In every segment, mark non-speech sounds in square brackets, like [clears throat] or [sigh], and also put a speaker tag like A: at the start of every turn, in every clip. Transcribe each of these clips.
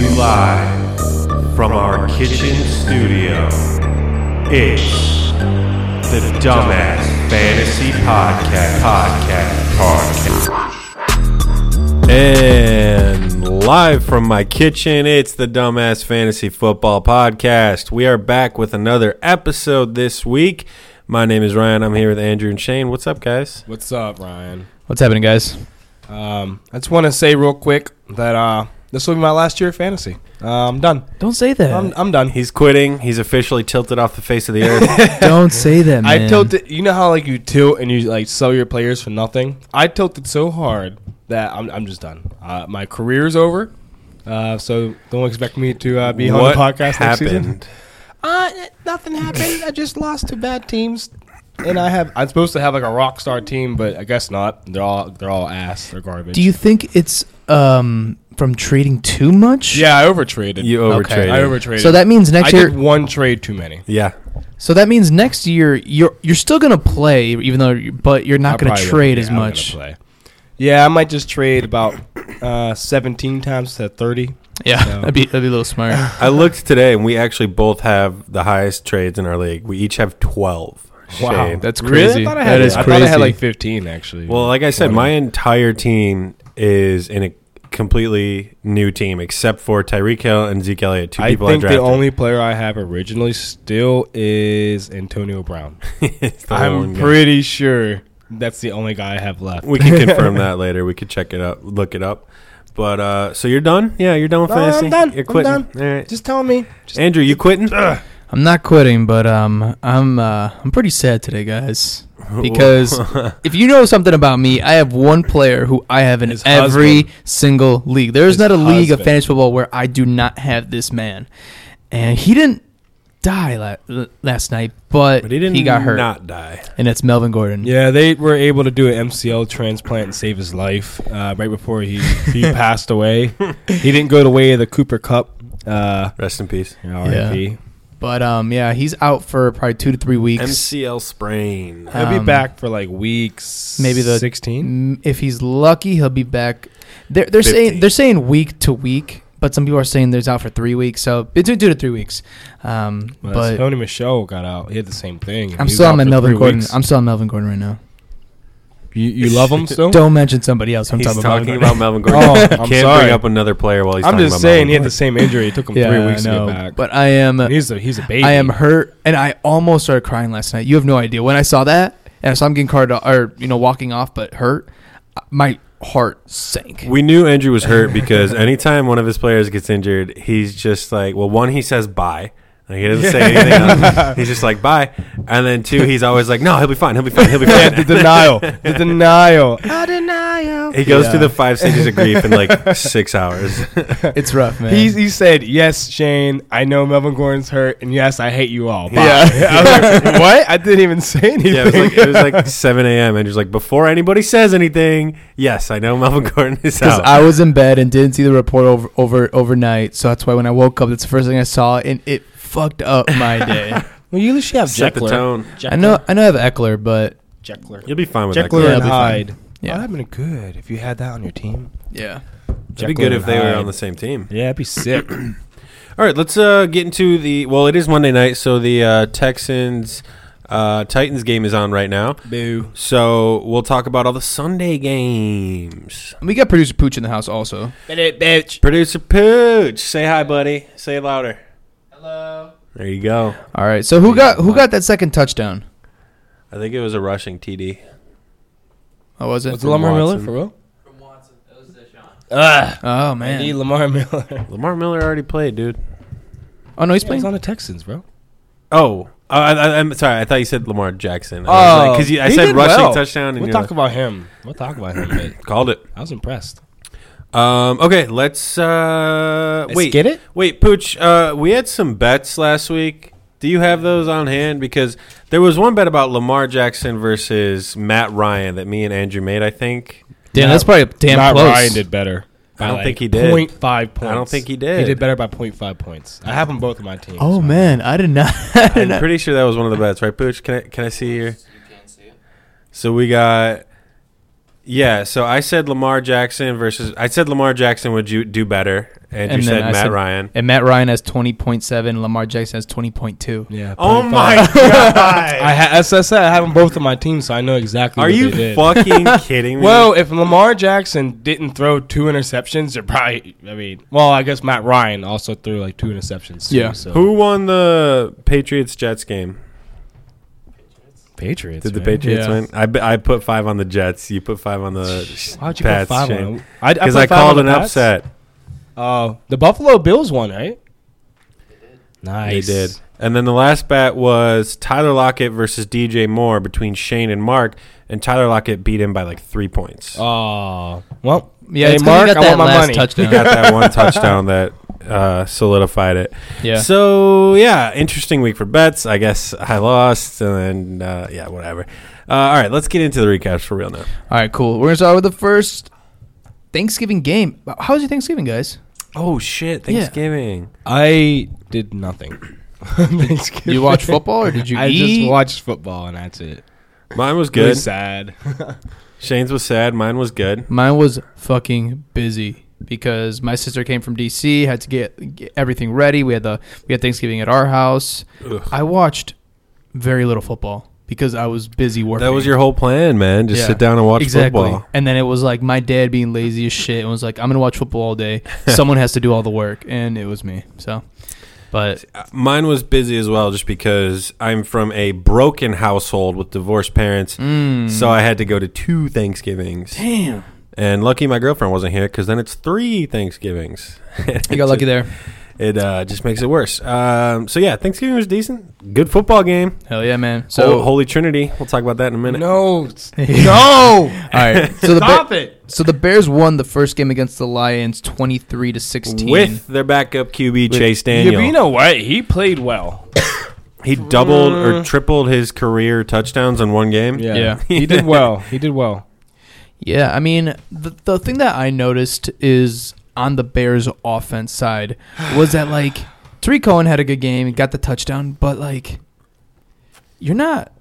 A: Live from our kitchen studio, it's the Dumbass Fantasy Podcast. Podcast. Podcast. And live from my kitchen, it's the Dumbass Fantasy Football Podcast. We are back with another episode this week. My name is Ryan. I'm here with Andrew and Shane. What's up, guys?
B: What's up, Ryan?
C: What's happening, guys?
B: Um, I just want to say real quick that uh, this will be my last year of fantasy. Uh, I'm done.
C: Don't say that.
B: I'm, I'm done.
A: He's quitting. He's officially tilted off the face of the earth.
C: Don't say that, man.
B: I tilted. You know how like you tilt and you like sell your players for nothing. I tilted so hard that I'm, I'm just done. Uh, my career's over. Uh, so don't expect me to uh, [laughs] be on the podcast next season. Uh, nothing happened. I just lost to bad teams, and I have. I'm supposed to have like a rock star team, but I guess not. They're all they're all ass. They're garbage.
C: Do you think it's um from trading too much?
B: Yeah, I overtraded.
A: You overtraded.
B: I overtraded.
C: So that means next
B: I
C: year.
B: did one trade too many.
A: Yeah.
C: So that means next year you're you're still gonna play, even though, you but you're
B: I
C: not gonna
B: probably won't-
C: trade as
B: yeah, I'm gonna
C: much.
B: play. Yeah, I might just trade about uh, 17 times to 30.
C: Yeah,
B: No.
C: that'd be that'd be a little smart.
B: [laughs]
A: I looked today, and we actually both have the highest trades in our league. We each have twelve. Shade.
C: that's
B: Really?
C: crazy.
B: I thought I had,
C: that is
B: I
C: crazy.
B: thought I had like 15 actually.
A: well, like I said, my entire team is in a completely new team, except for Tyreek Hill and Zeke Elliott, two
B: I
A: people I,
B: think the
A: drafted.
B: only player I have originally still is Antonio Brown.
A: It's the only
B: I'm
A: one guy.
B: pretty sure that's the only guy I have left.
A: we can confirm that later. We could check it up, look it up. But uh, so you're done? Yeah, you're done with
B: No,
A: fantasy.
B: I'm done.
A: You're
B: I'm
A: quitting.
B: done.
A: All right.
B: [laughs] Just tell me. Just
A: Andrew, you quitting?
C: I'm not quitting, but um, I'm uh, I'm pretty sad
B: [laughs]
C: today, guys. Because if you know something about me, I have one player who I have in
B: His
C: every
B: husband.
C: single league. There is
B: His
C: not a league of
B: husband.
C: fantasy football where I do not have this man, and he didn't die la- last night, but,
A: But
C: he,
A: he didn't.
C: got hurt,
A: Not die.
C: and that's Melvin Gordon.
B: Yeah, they were able to do an MCL transplant and save his life uh, right before he,
C: [laughs]
B: he passed away. He didn't go the way of the Cooper Cup. Uh,
A: Rest in peace.
B: you know, R.I.P.
C: But um, yeah, he's out for probably two to three weeks.
A: MCL sprain.
B: He'll be
C: Um,
B: back for like weeks.
C: maybe the-
B: 16.
C: Mm, if he's lucky, he'll be back. They're they're
A: 50.
C: saying they're saying week to week, but some people are saying there's out for three weeks. So between two to three weeks. Um,
B: Well,
C: but
B: Tony Michelle got out. He had the same thing. He
C: I'm
B: was
C: still
B: out
C: on my
B: for
C: Melvin
B: three
C: Gordon.
B: weeks.
C: I'm still on Melvin Gordon right now.
B: you, you love him still?
C: Don't mention somebody else. When
A: He's
C: I'm talking,
A: talking
C: about.
A: about Melvin Gordon.
B: oh, I'm
A: Can't bring
B: sorry.
A: up another player while he's
B: I'm
A: talking
B: just
A: about
B: saying
A: Melvin
B: he had the
A: Gordon.
B: same injury. It took him
C: yeah,
B: three weeks
C: I
B: to
C: know.
B: get back.
C: But I am
B: And he's a he's a baby.
C: I am hurt, and I almost started crying last night. You have no idea when I saw that, and so I'm getting carded or you know walking off, but hurt. uh, My heart sank.
A: We knew Andrew was hurt because anytime one of his players gets injured, he's just like, well, one, he says bye. Like he doesn't say anything
B: [laughs]
A: else. He's just like bye, and then two, he's always like, no, he'll be fine, he'll be fine, he'll be
B: [laughs]
C: [laughs]
B: Yeah, the
A: fine.
B: denial. The denial. I denial.
A: he goes through the five stages of grief in like six
B: [laughs]
A: hours.
C: It's [laughs] rough, man.
B: He's, he said, "Yes, Shane. I know Melvin Gordon's hurt, and yes, I hate you all."
A: [laughs]
B: Bye.
A: Yeah.
B: [laughs] I was like, what? I didn't even say anything.
A: Yeah, it was like
B: [laughs]
A: it was like seven a.m. Andrew's like, before anybody says anything, yes, I know Melvin Gordon is
C: Because
A: out.
C: I was in bed and didn't see the report over, over overnight, so that's why when I woke up, that's the first thing I saw, and it fucked up
A: [laughs]
C: my day.
B: well, you at least have
A: Set the tone.
C: I know, I know, I have Eckler, but
B: Jeckler.
A: You'll be fine with that.
B: Jeckler
C: Yeah,
B: and
C: it'll be fine.
B: Hyde.
C: Yeah.
B: Yeah, that'd been good if you had that on your team.
C: yeah,
A: It'd be good if they were on the same team.
B: Yeah, it'd be
A: [clears throat]
B: sick.
A: All right, let's uh, get into the. Well, it is Monday night, so the uh, Texans uh, Titans game is on right now.
B: Boo.
A: So we'll talk about all the Sunday games.
C: we got producer Pooch in the house also.
B: Bitch.
A: Producer Pooch, say hi, buddy. Say it louder. Hello. There you go.
C: All right, so who got who got that second touchdown?
A: I think it was a rushing TD.
C: Oh, was it?
B: Was it Lamar Miller
A: Watson.
B: for real?
C: Oh
B: I need
C: man.
B: Lamar Miller.
A: Lamar Miller already played, dude.
C: Oh no, he's
B: He's
C: playing.
B: on the Texans, bro.
A: Oh, uh, I, I, I'm sorry. I thought you said Lamar Jackson. I was like- Oh, you- I
B: Oh, he
A: said
B: did
A: rushing
B: well.
A: touchdown, and
B: We'll
A: you're
B: talk
A: like,
B: about him. We'll talk about him. but
A: called it.
B: I was impressed.
A: Um, okay, let's uh,
B: Let's
A: wait.
B: get it?
A: Wait, Pooch. Uh, we had some bets last week. Do you have those on hand? Because there was one bet about Lamar Jackson versus Matt Ryan that me and Andrew made. I
B: [laughs]
A: think.
C: Damn, that's probably damn
B: Matt
C: close.
B: Ryan did better.
A: I don't think he did.
B: Point five points.
A: I don't think he did.
B: He did better by point five points. I have them both on my team.
C: Oh
B: so-
C: man, I did not. [laughs] I did
A: I'm
C: not-
A: pretty sure that was one of the bets, right, Pooch? Can I can I see here? So we got Yeah, so I said Lamar Jackson versus I said Lamar Jackson would you do better, and, you
C: And then
A: said
C: I
A: Matt
C: said-
A: Ryan.
C: And Matt Ryan has 20.7. Lamar Jackson has 20.2.
B: Yeah.
A: Oh
B: point
A: my
B: five. [laughs]
A: god!
B: I ha- as I said, I have them both on my team, so I know exactly.
A: Are
B: what
A: you
B: they did. [laughs]
A: fucking kidding me?
B: Well, if Lamar Jackson didn't throw two interceptions, they're probably. I mean, well, I guess Matt Ryan also threw like two interceptions. Too,
C: Yeah.
B: So.
A: who won the Patriots Jets game?
B: Patriots?
A: Did the
B: man.
A: Patriots
C: Yeah.
A: win? I, b- I put five on the Jets. You put five on the
B: Why'd you
A: uh, Pats
B: put five
A: Shane.
B: on them? I,
A: because
B: put
A: I
B: five on
A: called
B: the
A: an
B: Pats.
A: upset.
B: Oh, the Buffalo Bills won, right? Nice.
A: They did. And then the last bet was Tyler Lockett versus DJ Moore between Shane and Mark, and Tyler Lockett beat him by like three points.
B: Oh, well.
C: Yeah,
B: hey,
C: it's 'cause
B: Mark,
C: he
B: I
C: got that
B: want my
C: last
B: money.
A: He
B: [laughs]
C: touchdown.
A: got that one touchdown that uh, solidified it.
C: yeah.
A: So yeah, interesting week for bets. I guess I lost, and then uh, yeah, whatever. Uh, all right, let's get into the recaps for real now.
C: All right, cool. We're going to start with the first Thanksgiving game. How was your Thanksgiving, guys?
A: Oh shit!
C: Yeah.
A: Thanksgiving.
B: I did [laughs] nothing.
C: Did you [laughs] watch football or did you
B: I
C: eat?
B: just watched football and that's it.
A: Mine was
B: Really
A: good.
B: sad.
A: Shane's was sad. Mine was good.
C: Mine was fucking busy because my sister came from DC, had to get, get everything ready. We had the we had Thanksgiving at our house.
A: Ugh.
C: I watched very little football because I was busy working.
A: That was your whole plan, man. Just
C: Yeah.
A: sit down and watch
C: exactly.
A: football.
C: And then it was like my dad being lazy as shit and was like, "I'm gonna watch football
A: [laughs]
C: all day. Someone has to do all the work," and it was me. So, but
A: Uh, Mine was busy as well, just because I'm from a broken household with divorced parents, so I had to go to two Thanksgivings.
C: Mm. damn,
A: And lucky my girlfriend wasn't here, because then it's three Thanksgivings.
C: [laughs] you got lucky there.
A: [laughs] It uh, just makes it worse. Um, so yeah, Thanksgiving was decent. Good football game.
C: Hell yeah, man.
A: So
C: [laughs] So,
A: Holy Trinity. We'll talk about that in a minute.
B: no.
C: no. all right.
B: [laughs]
C: So the Bear-
B: Stop it.
C: So the Bears won the first game against the Lions, twenty-three to sixteen.
A: With their backup QB Chase Daniel,
B: You know what? He played well.
A: he doubled or
B: Uh.
A: tripled his career touchdowns in one game.
C: Yeah.
B: he did well. He did well.
C: yeah, I mean the the thing that I noticed is on the Bears offense side was that like Tariq Cohen had a good game, got the touchdown, but like you're not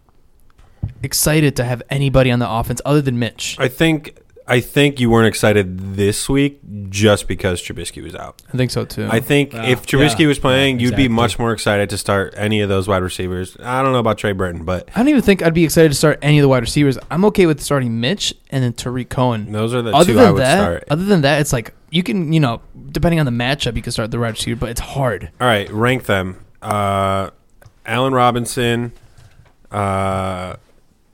C: excited to have anybody on the offense other than Mitch.
A: I think I think you weren't excited this week just because Trubisky was out.
C: I think so too.
A: I think
B: Yeah.
A: if Trubisky
B: Yeah.
A: was playing, you'd
B: Exactly.
A: be much more excited to start any of those wide receivers. I don't know about Trey Burton, but
C: I don't even think I'd be excited to start any of the wide receivers. I'm okay with starting Mitch and then Tariq Cohen.
A: those are the
C: other
A: two
C: than
A: I would
C: that,
A: start.
C: other than that, it's like you can, you know, depending on the matchup, you can start the wide receiver, but it's hard.
A: All right, rank them. Uh, Allen Robinson, uh,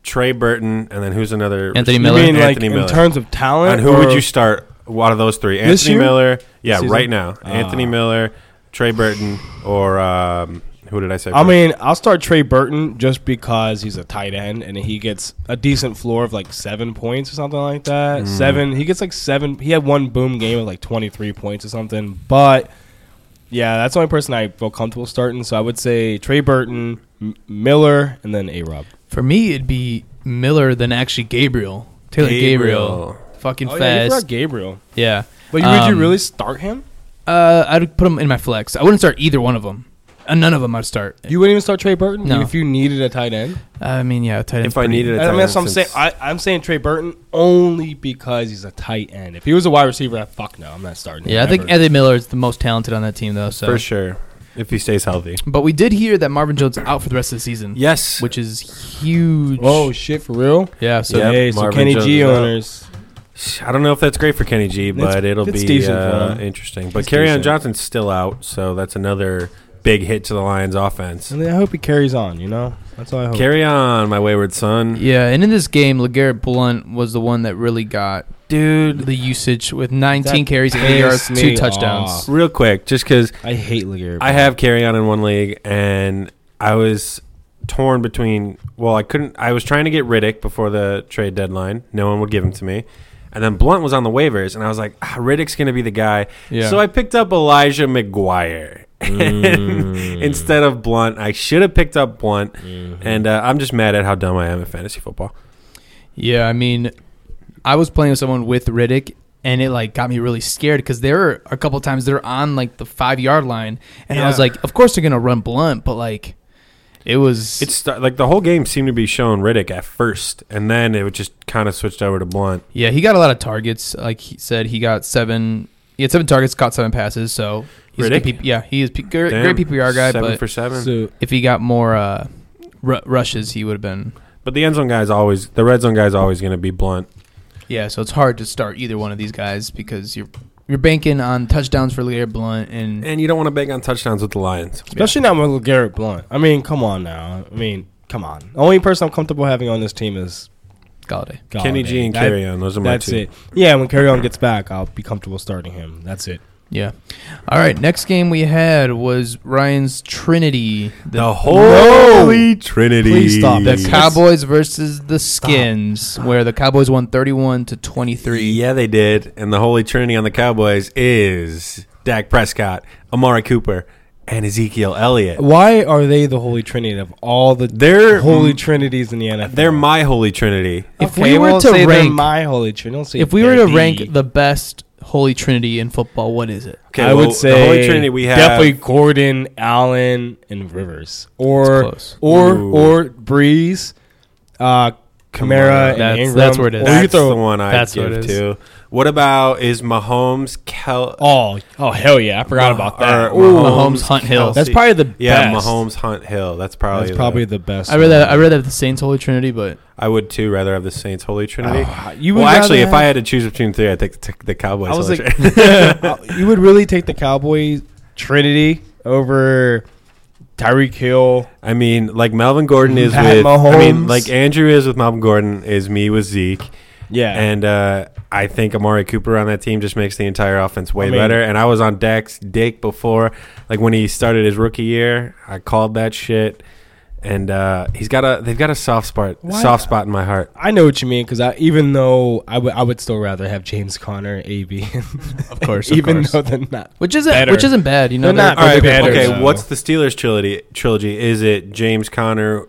A: Trey Burton, and then who's another? receiver?
C: Anthony
B: You
C: [laughs] Miller.
B: mean like
A: Anthony
B: in
A: Miller.
B: terms of talent?
A: and who would
B: or-
A: you start out of those three?
B: This
A: Anthony
B: year?
A: Miller. Yeah,
B: Season?
A: right now. Anthony
B: Ah.
A: Miller, Trey Burton, or um, who did I say?
B: I
A: first?
B: mean, I'll start Trey Burton just because he's a tight end and he gets a decent floor of like seven points or something like
C: Mm.
B: that. Seven. He gets like seven. He had one boom game of like 23 points or something. But yeah, that's the only person I feel comfortable starting. So I would say Trey Burton, M- Miller, and then A Rob.
C: For me, it'd be Miller than actually Gabriel. Taylor Gabriel.
A: Gabriel.
C: Fucking
B: Oh, yeah, you forgot
C: fast.
B: Gabriel.
C: Yeah.
B: But would
C: Um,
B: you really start him?
C: Uh, I'd put him in my flex. I wouldn't start either one of them. Uh, none of them I'd start.
B: You wouldn't even start Trey Burton
C: No.
B: if you needed a tight end.
C: I mean, yeah, tight end's
A: if I
C: pretty-
A: needed, a
B: I
A: tight
B: mean, that's
A: end
B: what I'm saying.
A: since-
B: I, I'm saying Trey Burton only because he's a tight end. If he was a wide receiver, I fuck no, I'm not starting. him
C: Yeah, I think
B: ever.
C: Anthony Miller is the most talented on that team, though. So,
A: for sure, if he stays healthy.
C: but we did hear that Marvin Jones out for the rest of the season.
A: Yes.
C: which is huge.
B: Oh shit, for real?
C: yeah. So
A: Yep,
B: hey, so
A: Marvin
B: Kenny
A: Jones
B: G
A: is out.
B: owners.
A: I don't know if that's great for Kenny G,
B: That's-
A: but it'll
B: that's
A: be
B: decent
A: uh,
B: for him.
A: interesting. But
B: That's
A: Carry on
B: decent.
A: Johnson's still out, so that's another big hit to the Lions offense.
B: And I hope he carries on. You know, that's all I hope.
A: Carry on, my wayward son.
C: yeah, and in this game, Legarrette Blunt was the one that really got
A: Dude,
C: the usage with 19
B: That
C: carries, 80 yards,
B: pissed
C: two
B: me
C: touchdowns.
B: off.
A: real quick, just because
B: I hate Legarrette.
A: I have Carry on in one league, and I was torn between, well, I couldn't, I was trying to get Riddick before the trade deadline. No one would give him to me. And then Blunt was on the waivers, and I was like, ah, Riddick's going to be the guy.
C: Yeah.
A: So I picked up Elijah McGuire.
C: Mm.
A: [laughs] instead of Blunt, I should have picked up Blunt,
C: Mm-hmm.
A: and uh, I'm just mad at how dumb I am at fantasy football.
C: Yeah, I mean, I was playing with someone with Riddick, and it like got me really scared because there were a couple times they're on like the five yard line, and I was
A: Yeah.
C: like, of course they're gonna run Blunt, but like, It was
A: It's st- like the whole game seemed to be showing Riddick at first, and then it would just kind of switched over to Blunt.
C: yeah. He got a lot of targets. Like he said, he got seven. He had seven targets, caught seven passes. So he's a good
A: Riddick?
C: P- yeah, he is P- great,
A: Damn,
C: great PPR guy.
A: seven
C: But
A: for seven.
B: So
C: if he got more uh, r- rushes, he would have been
A: but the end zone guy's always the red zone guy's always going to be Blunt.
C: Yeah, so it's hard to start either one of these guys because you're you're banking on touchdowns for Lear Blunt and
A: And you don't want to bank on touchdowns with the Lions.
B: especially not with Garrett Blunt. I mean, come on now. I mean, come on. The only person I'm comfortable having on this team is
C: Galladay.
B: Galladay.
A: Kenny G and
B: Oh, That-
A: Carry on. Those are my
B: That's
A: two.
B: it. Yeah, when Carry on gets back, I'll be comfortable starting him. That's it.
C: Yeah. All right, next game we had was Ryan's Trinity. The,
A: The Holy Trinity.
B: Please stop.
C: the
B: Yes.
C: Cowboys versus the Skins, where the Cowboys won 31 to 23.
A: Yeah, they did. And the Holy Trinity on the Cowboys is Dak Prescott, Amari Cooper, and Ezekiel Elliott.
B: Why are they the Holy Trinity of all the
A: They're
B: Holy Trinities in the NFL?
A: They're my Holy Trinity.
C: If we were
B: well,
C: to
B: say they're
C: rank-
B: my Holy Trinity, don't say
C: If we were to
B: they're
C: rank the best Holy Trinity in football, what is it?
A: Okay,
B: I
A: well,
B: would say
A: the Holy Trinity we have
B: definitely Gordon, Allen, and Rivers, or
C: close.
B: or
A: Ooh.
B: or Breeze, uh, Kamara, and
C: That's-
B: Ingram.
C: that's where it is.
B: Or
A: That's
B: you throw
A: the one I
C: that's what
A: give
C: it is.
A: to. What about is Mahomes Kel?
B: Oh, oh hell yeah! I forgot about that.
A: Uh, or
B: Ooh.
C: Mahomes, Hunt, Hill.
B: that's probably the
A: yeah,
B: best.
A: Mahomes Hunt Hill. That's probably
B: That's probably
A: the,
B: the best.
C: I read that I read that the Saints Holy Trinity, but
A: I would too rather have the Saints Holy Trinity.
B: Oh, you would
A: well, actually,
B: rather
A: if I had to choose between three, I would take the, the Cowboys.
B: I was
A: Holy
B: like,
A: Trinity. [laughs]
B: [laughs] Uh, you would really take the Cowboys Trinity over Tyreek Hill.
A: I mean, like Melvin Gordon is
B: Pat
A: with. I mean,
B: Mahomes.
A: like Andrew is with Melvin Gordon. Is me with Zeke.
B: Yeah,
A: And uh, I think Amari Cooper on that team just makes the entire offense way
B: I mean-
A: better. And I was on Dak's dick before, like when he started his rookie year. I called that shit, and uh, he's got a they've got a soft spot
B: Why-
A: soft spot in my heart.
B: I know what you mean because I, even though I would, I would still rather have James Conner, [laughs] AB,
C: of course, of
B: even
C: course.
B: though they're not.
C: which isn't
B: better.
C: which isn't bad, you know.
B: They're
C: they're-
B: not
A: All right,
B: better,
A: okay.
B: though.
A: What's the Steelers trilogy? Trilogy is it James Conner,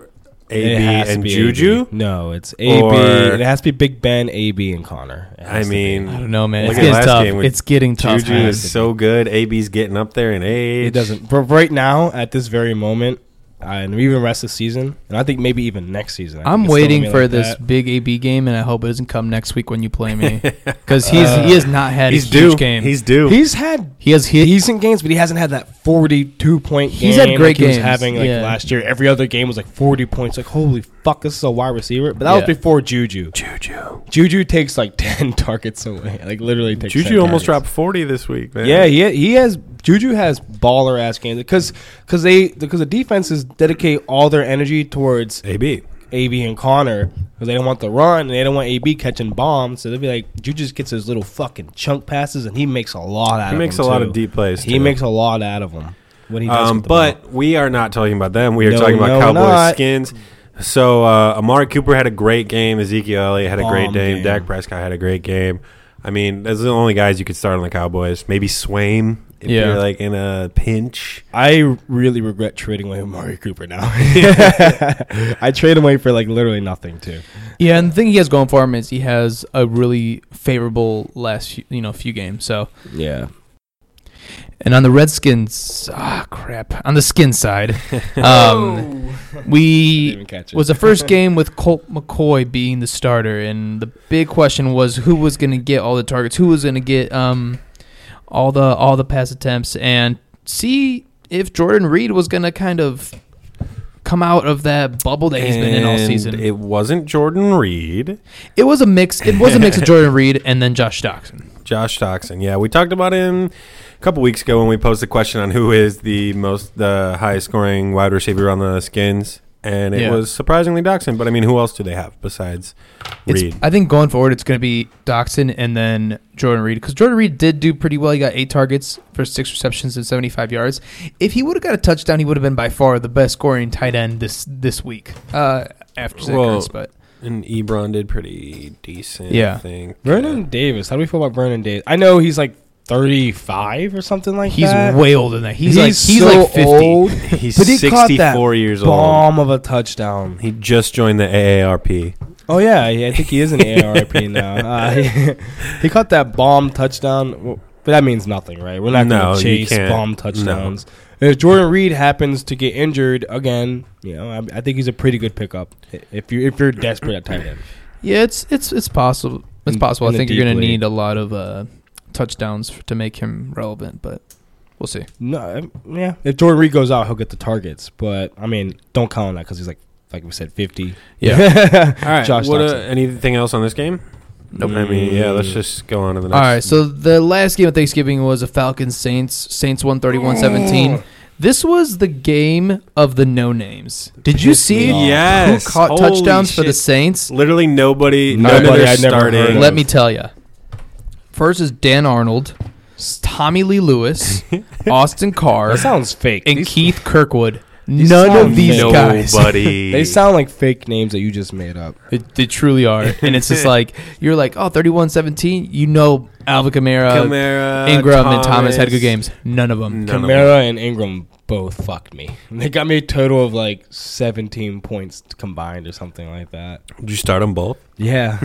B: It
A: AB,
B: has to
A: and
B: be
A: Juju?
B: AB. No, it's AB.
A: Or-
B: It has to be Big Ben, AB, and Conner. It
A: I
B: has to
C: I
A: mean,
C: don't know, man.
A: Look
C: It's
A: at
C: getting
A: last
C: tough.
A: game with
C: It's getting tough.
A: Juju
C: man.
B: has to
A: is so good. AB's getting up there in
B: be.
A: age.
B: it doesn't. But right now, at this very moment, uh, and even rest of the season, and I think maybe even next season. I think
C: I'm
B: it's still
C: waiting
B: gonna be
C: for
B: like
C: this
B: that.
C: big AB game, and I hope it doesn't come next week when you play me,
A: [laughs]
C: because he's he has not had
A: Uh, He's
C: a huge
A: due.
C: game.
A: He's due.
B: He's had
C: he has hit.
B: decent games, but he hasn't had that 42 point.
C: He's
B: game
C: had great
B: like He was
C: games,
B: having like
C: yeah.
B: last year. Every other game was like 40 points. Like holy fuck, this is a wide receiver. But that
C: Yeah.
B: was before Juju.
A: Juju.
B: Juju takes like [laughs] 10 targets away. Like literally takes. 10
A: Juju almost
B: targets.
A: dropped forty this week, man.
B: Yeah, he he has Juju has baller ass games because because they because the defenses dedicate all their energy towards
A: AB.
B: AB and Connor because they don't want the run and they don't want AB catching bombs. So they'll be like Juju just gets his little fucking chunk passes and he makes a lot out.
A: He
B: of
A: makes a
B: them,
A: lot
B: too.
A: of deep plays.
B: He
A: too.
B: makes a lot out of them. When he does
A: Um,
B: with the ball.
A: but we are not talking about them. We are
B: No,
A: talking
B: no,
A: about
B: we're
A: Cowboys
B: not.
A: skins. So uh, Amari Cooper had a great game. Ezekiel Elliott had a great
B: Bomb
A: game.
B: game.
A: Dak Prescott had a great game. I mean, those are the only guys you could start on the Cowboys. Maybe Swaim if
C: Yeah.
A: you're like in a pinch.
B: I really regret trading away Amari
A: [laughs]
B: Cooper now. [laughs] I trade him away for like literally nothing too.
C: Yeah, and the thing he has going for him is he has a really favorable last few, you know few games. So,
B: Yeah.
C: and on the Redskins, ah crap, on the
A: [laughs]
C: skin side, um, we was the first game with Colt McCoy being the starter, and the big question was who was going to get all the targets, who was going to get um, all the all the pass attempts, and see if Jordan Reed was going to kind of come out of that bubble that he's been in all
A: And
C: season. It,
A: It wasn't Jordan Reed.
C: was a mix. It was a mix of Jordan Reed and then Josh Doxson.
A: Josh Toxin. Yeah, we talked about him a couple weeks ago when we posted a question on who is the most the highest scoring wide receiver on the Skins, and it
C: Yeah.
A: was surprisingly Doxin. But I mean, who else do they have besides
C: It's-
A: Reed?
C: I think going forward, it's going to be Doxson and then Jordan Reed because Jordan Reed did do pretty well. He got eight targets for six receptions and seventy-five yards. If he would have got a touchdown, he would have been by far the best scoring tight end this this week. Uh, after Zach
A: Well,
C: Ertz, but
A: And Ebron did pretty decent.
C: Yeah.
A: I think.
B: Vernon Davis. How do we feel about Vernon Davis? I know he's like 35 or something like
C: he's
B: that.
C: way older than that. He's, like he's like fifty.
B: old.
A: Yeah. He's
B: But he caught that
A: 64 years old.
B: Bomb of a touchdown.
A: He just joined the AARP.
B: Oh yeah, yeah I think he
C: [laughs]
B: is an ARP now. Uh, [laughs] he, he caught that bomb touchdown, Well, but that means nothing, right? We're not
A: No,
B: going
A: you
B: to chase
A: can't.
B: bomb touchdowns. if Jordan Reed happens to get injured again, you know, I, I think he's a pretty good pickup if you if you're desperate at tight end.
C: Yeah, it's it's it's possible. It's
B: In-
C: possible.
B: in
C: I
B: the
C: think you're
B: deep
C: going to
B: league.
C: need a lot of uh, touchdowns f- to make him relevant, but we'll see.
B: No, um, yeah. If Jordan Reed goes out, he'll get the targets, but I mean, don't count on that because he's like like we said, fifty.
A: All right.
B: [laughs] Josh
A: what, uh,
B: Doxson. Mm.
A: anything else on this game?
C: Nope.
A: I mean, yeah. Let's just go on to the next.
C: All right, so the last game of Thanksgiving was a Falcons Saints Saints 131-17. This was the game of the no names. Did you
B: Pissed me
C: see
B: off.
A: Yes.
C: who caught
A: Holy
C: touchdowns for the
A: shit.
C: Saints?
A: Literally nobody.
B: Nobody
A: none of their
B: I'd never heard
A: starting.
B: of.
C: Let me tell you. First is Dan Arnold, Tommy Lee Lewis, Austin Carr,
B: That sounds fake.
C: and
B: These-
C: Keith Kirkwood.
B: these
C: None
B: sound
C: of these
B: fake.
A: [laughs]
C: guys.
A: Nobody.
B: They sound like fake names that you just made up.
C: They, they truly are. And it's just like, you're like, oh, 31-17. You know Alvin Kamara,
A: Kamara,
C: Ingram, and Thomas had good games. None of them.
A: None of them.
B: Kamara and Ingram both fucked me. [laughs] They got me a total of like 17 points combined or something like that.
A: Did you start them both?
C: [laughs]
B: Yeah.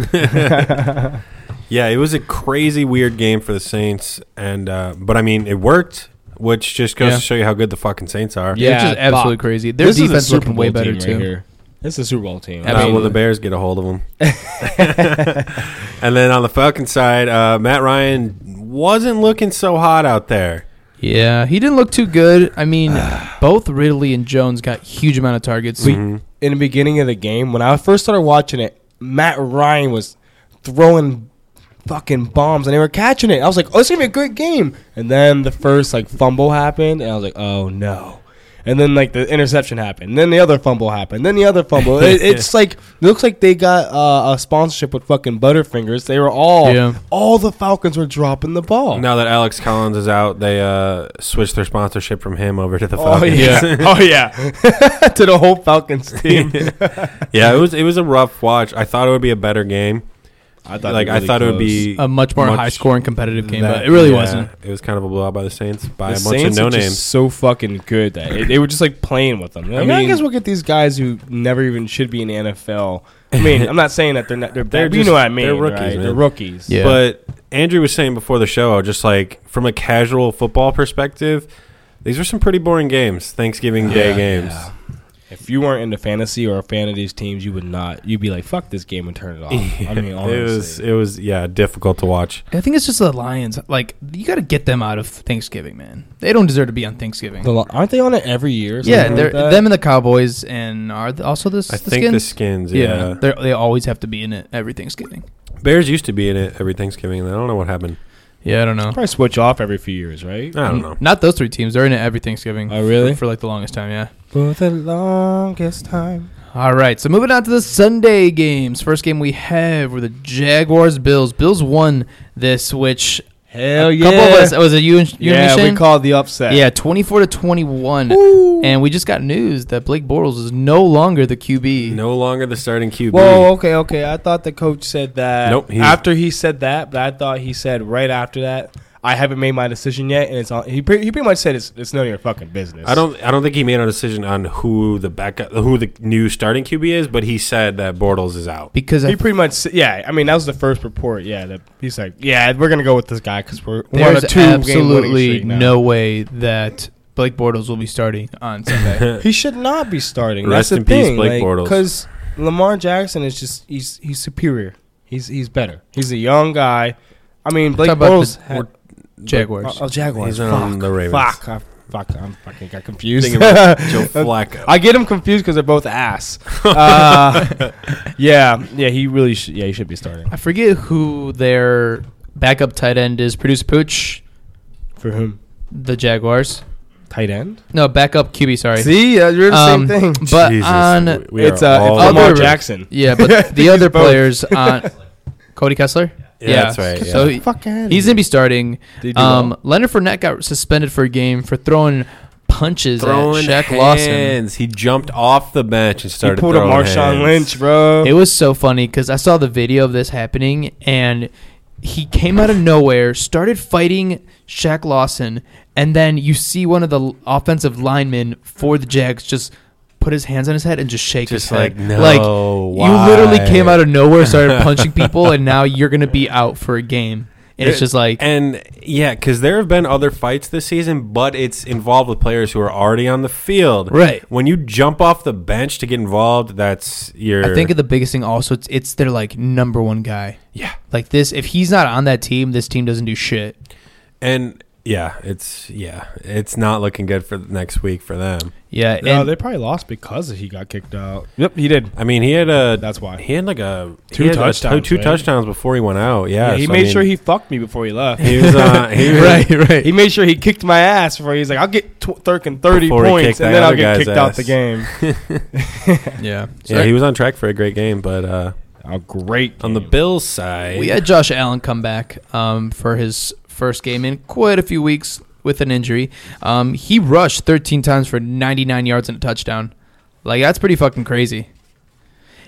A: Yeah, it was a crazy weird game for the Saints, and uh, but I mean it worked, which just goes
C: Yeah.
A: to show you how good the fucking Saints are.
B: Yeah,
C: Which is absolutely
B: fuck.
C: crazy. Their
B: is a
C: defense
B: Super
C: looking way
B: Bowl
C: better,
B: team right
C: too.
B: here. This is a Super Bowl team.
A: Not
C: I mean-
A: will the Bears get a hold
C: [laughs]
A: of them. and then on the Falcons side, uh, Matt Ryan wasn't looking so hot out there.
C: Yeah, he didn't look too good. I mean,
B: [sighs]
C: both Ridley and Jones got huge amount of targets.
B: We- in the beginning of the game, when I first started watching it, Matt Ryan was throwing fucking bombs and they were catching it. I was like, oh, it's going to be a great game. And then the first like fumble happened and I was like, oh no. And then like the interception happened. And then the other fumble happened. Then the
A: [laughs]
B: other fumble. It- it's like it looks like they got uh, a sponsorship with fucking Butterfingers. They were all
C: Yeah.
B: all the Falcons were dropping the ball.
A: Now that Alex Collins is out, they uh, switched their sponsorship from him over to the
B: Oh
A: Falcons.
C: [laughs]
B: yeah. [laughs] oh yeah. to the whole Falcons team.
A: yeah, it was it was a rough watch. I thought it would be a better game.
B: I
A: like [laughs] I thought it would be
C: a much more
A: much-
C: high scoring competitive game,
B: that-
C: but it really
A: yeah,
C: wasn't.
A: It was kind of a blowout by the Saints by
B: the
A: a bunch
B: Saints
A: of no
B: are just
A: names.
B: so fucking good that it, they were just like playing with them. I, mean, I
A: mean-
B: guess we'll get these guys who never even should be in the NFL. I mean, I'm not saying [laughs] that they're not. They're,
A: They're
B: bad, but you
A: just-
B: know what I mean.
A: they're rookies,
B: right?
A: man.
B: They're rookies.
C: Yeah.
A: But Andrew was saying before the show, just like from a casual football perspective, these were some pretty boring games, Thanksgiving Day
B: Yeah.
A: games. [laughs]
B: Yeah. If you weren't into fantasy or a fan of these teams, you would not. You'd be like, "Fuck this game" and [laughs] turn it off. I mean, honestly,
A: It was it was yeah difficult to watch.
C: I think it's just the Lions. Like you got to get them out of Thanksgiving, man. They don't deserve to be on Thanksgiving.
B: The Li- aren't they on it every year? or
C: yeah,
B: something
C: they're
B: like that?
C: them and the Cowboys, and are th- also the, s-
A: I
C: the
A: think the
C: Skins.
A: skins,
C: yeah,
A: yeah.
C: they're they always have to be in it every Thanksgiving.
A: Bears used to be in it every Thanksgiving. and I don't know what happened.
C: Yeah, I don't know.
B: probably switch off every few years, right?
A: I don't know.
C: Not those three teams. They're in it every Thanksgiving
B: Oh, really?
C: for like the longest time. Yeah.
B: For the longest time.
C: All right, so moving on to the Sunday games. First game we have were the Jaguars Bills. Bills won this, which
B: Hell
C: a
B: yeah!
C: couple of us was it you and you
B: yeah,
C: and me, Shane?
B: we called the upset.
C: yeah, twenty four to twenty one,
B: Woo.
C: and we just got news that Blake Bortles is no longer the QB.
A: No longer the starting QB.
B: Whoa, okay, okay. I thought the coach said that.
A: Nope, he's-
B: after he said that, but I thought he said right after that, I haven't made my decision yet, and it's on. He pretty, he pretty much said it's it's none of your fucking business.
A: I don't. I don't think he made a decision on who the backup, who the new starting QB is, but he said that Bortles is out.
C: because
B: He
C: I,
B: pretty much s- yeah. I mean that was the first report. Yeah, that he's like yeah, we're gonna go with this guy because we're we're on a
C: there's
B: two
C: absolutely no way that Blake Bortles will be starting on
B: [laughs]
C: Sunday.
B: He should not be starting.
A: Rest
B: That's the
A: in peace,
B: thing,
A: Blake
B: like,
A: Bortles.
B: Because Lamar Jackson is just he's he's superior. He's he's better. He's a young guy. I mean Blake
C: about the
B: Bortles. had-
C: [laughs] Jaguars.
B: Oh, oh, Jaguars.
A: He's on
B: Fuck.
A: the Ravens.
B: Fuck. I, fuck. I'm fucking got confused.
A: Thinking
B: [laughs]
C: [laughs]
A: about Joe Flacco.
B: I get them confused because they're both ass.
A: [laughs]
B: Uh, yeah, yeah. He really. Sh- yeah, he should be starting
C: I forget who their backup tight end is. Produce Pooch,
B: for whom?
C: the Jaguars.
B: Tight end.
C: No, backup QB. Sorry.
B: See, uh, you're the
C: Um,
B: same thing.
C: But
A: Jesus,
C: on
A: we- we are
B: it's uh,
A: all
B: it's
A: over
B: Lamar
C: Other-
B: Jackson.
C: Yeah, but the
B: He's
C: other
B: both.
C: players on Cody Kessler.
A: Yeah, that's right,
C: So
A: yeah.
C: he-
B: Fuck outta
C: he's
B: here.
C: gonna be starting.
B: Did he do
C: Um,
B: well?
C: Leonard Fournette got suspended for a game for throwing punches
A: throwing
C: at Shaq uh, Lawson.
A: hands. He jumped off the bench and
B: He
A: started.
B: pulled a
A: throwing
B: Marshawn
A: hands.
B: Lynch, bro.
C: It was so funny because I saw the video of this happening, and he came out of nowhere, started fighting Shaq Lawson, and then you see one of the l- offensive linemen for the Jags just put his hands on his head and just shake
A: Just
C: his head.
A: like, no,
C: you literally
A: why? [laughs]
C: came out of nowhere, started punching people, and now you're gonna be out for a game. And it's just like
A: and yeah, because there have been other fights this season, but it's involved with players who are already on the field.
C: Right.
A: When you jump off the bench to get involved, that's your.
C: I think the biggest thing also it's, it's their like number one guy.
A: yeah,
C: Like this if he's not on that team, this team doesn't do shit.
A: and yeah, it's yeah, it's not looking good for next week for them.
C: Yeah,
B: No,
C: and
B: they probably lost because he got kicked out. Yep, he did.
A: I mean, he had a
B: That's why.
A: he had like a
B: Two
A: he had a-
B: touchdowns,
A: two
B: right?
A: touchdowns before he went out. Yeah,
B: Yeah, he
A: so, I
B: made
A: mean,
B: sure he fucked me before he left.
A: he was [laughs] uh, he was,
C: right, right.
B: He made sure he kicked my ass before he's like, I'll get tw- Thurkin 30
A: Before he kicked
B: points
A: that
B: and then I'll
A: other
B: get
A: guy's
B: kicked out
A: ass.
B: the
A: [laughs]
B: game.
C: yeah.
A: Yeah, he was on track for a great game, but uh,
B: A great
A: on the
B: game.
A: Bills side,
C: We had Josh Allen come back um, for his first game in quite a few weeks with an injury. Um, he rushed 13 times for 99 yards and a touchdown. Like that's pretty fucking crazy.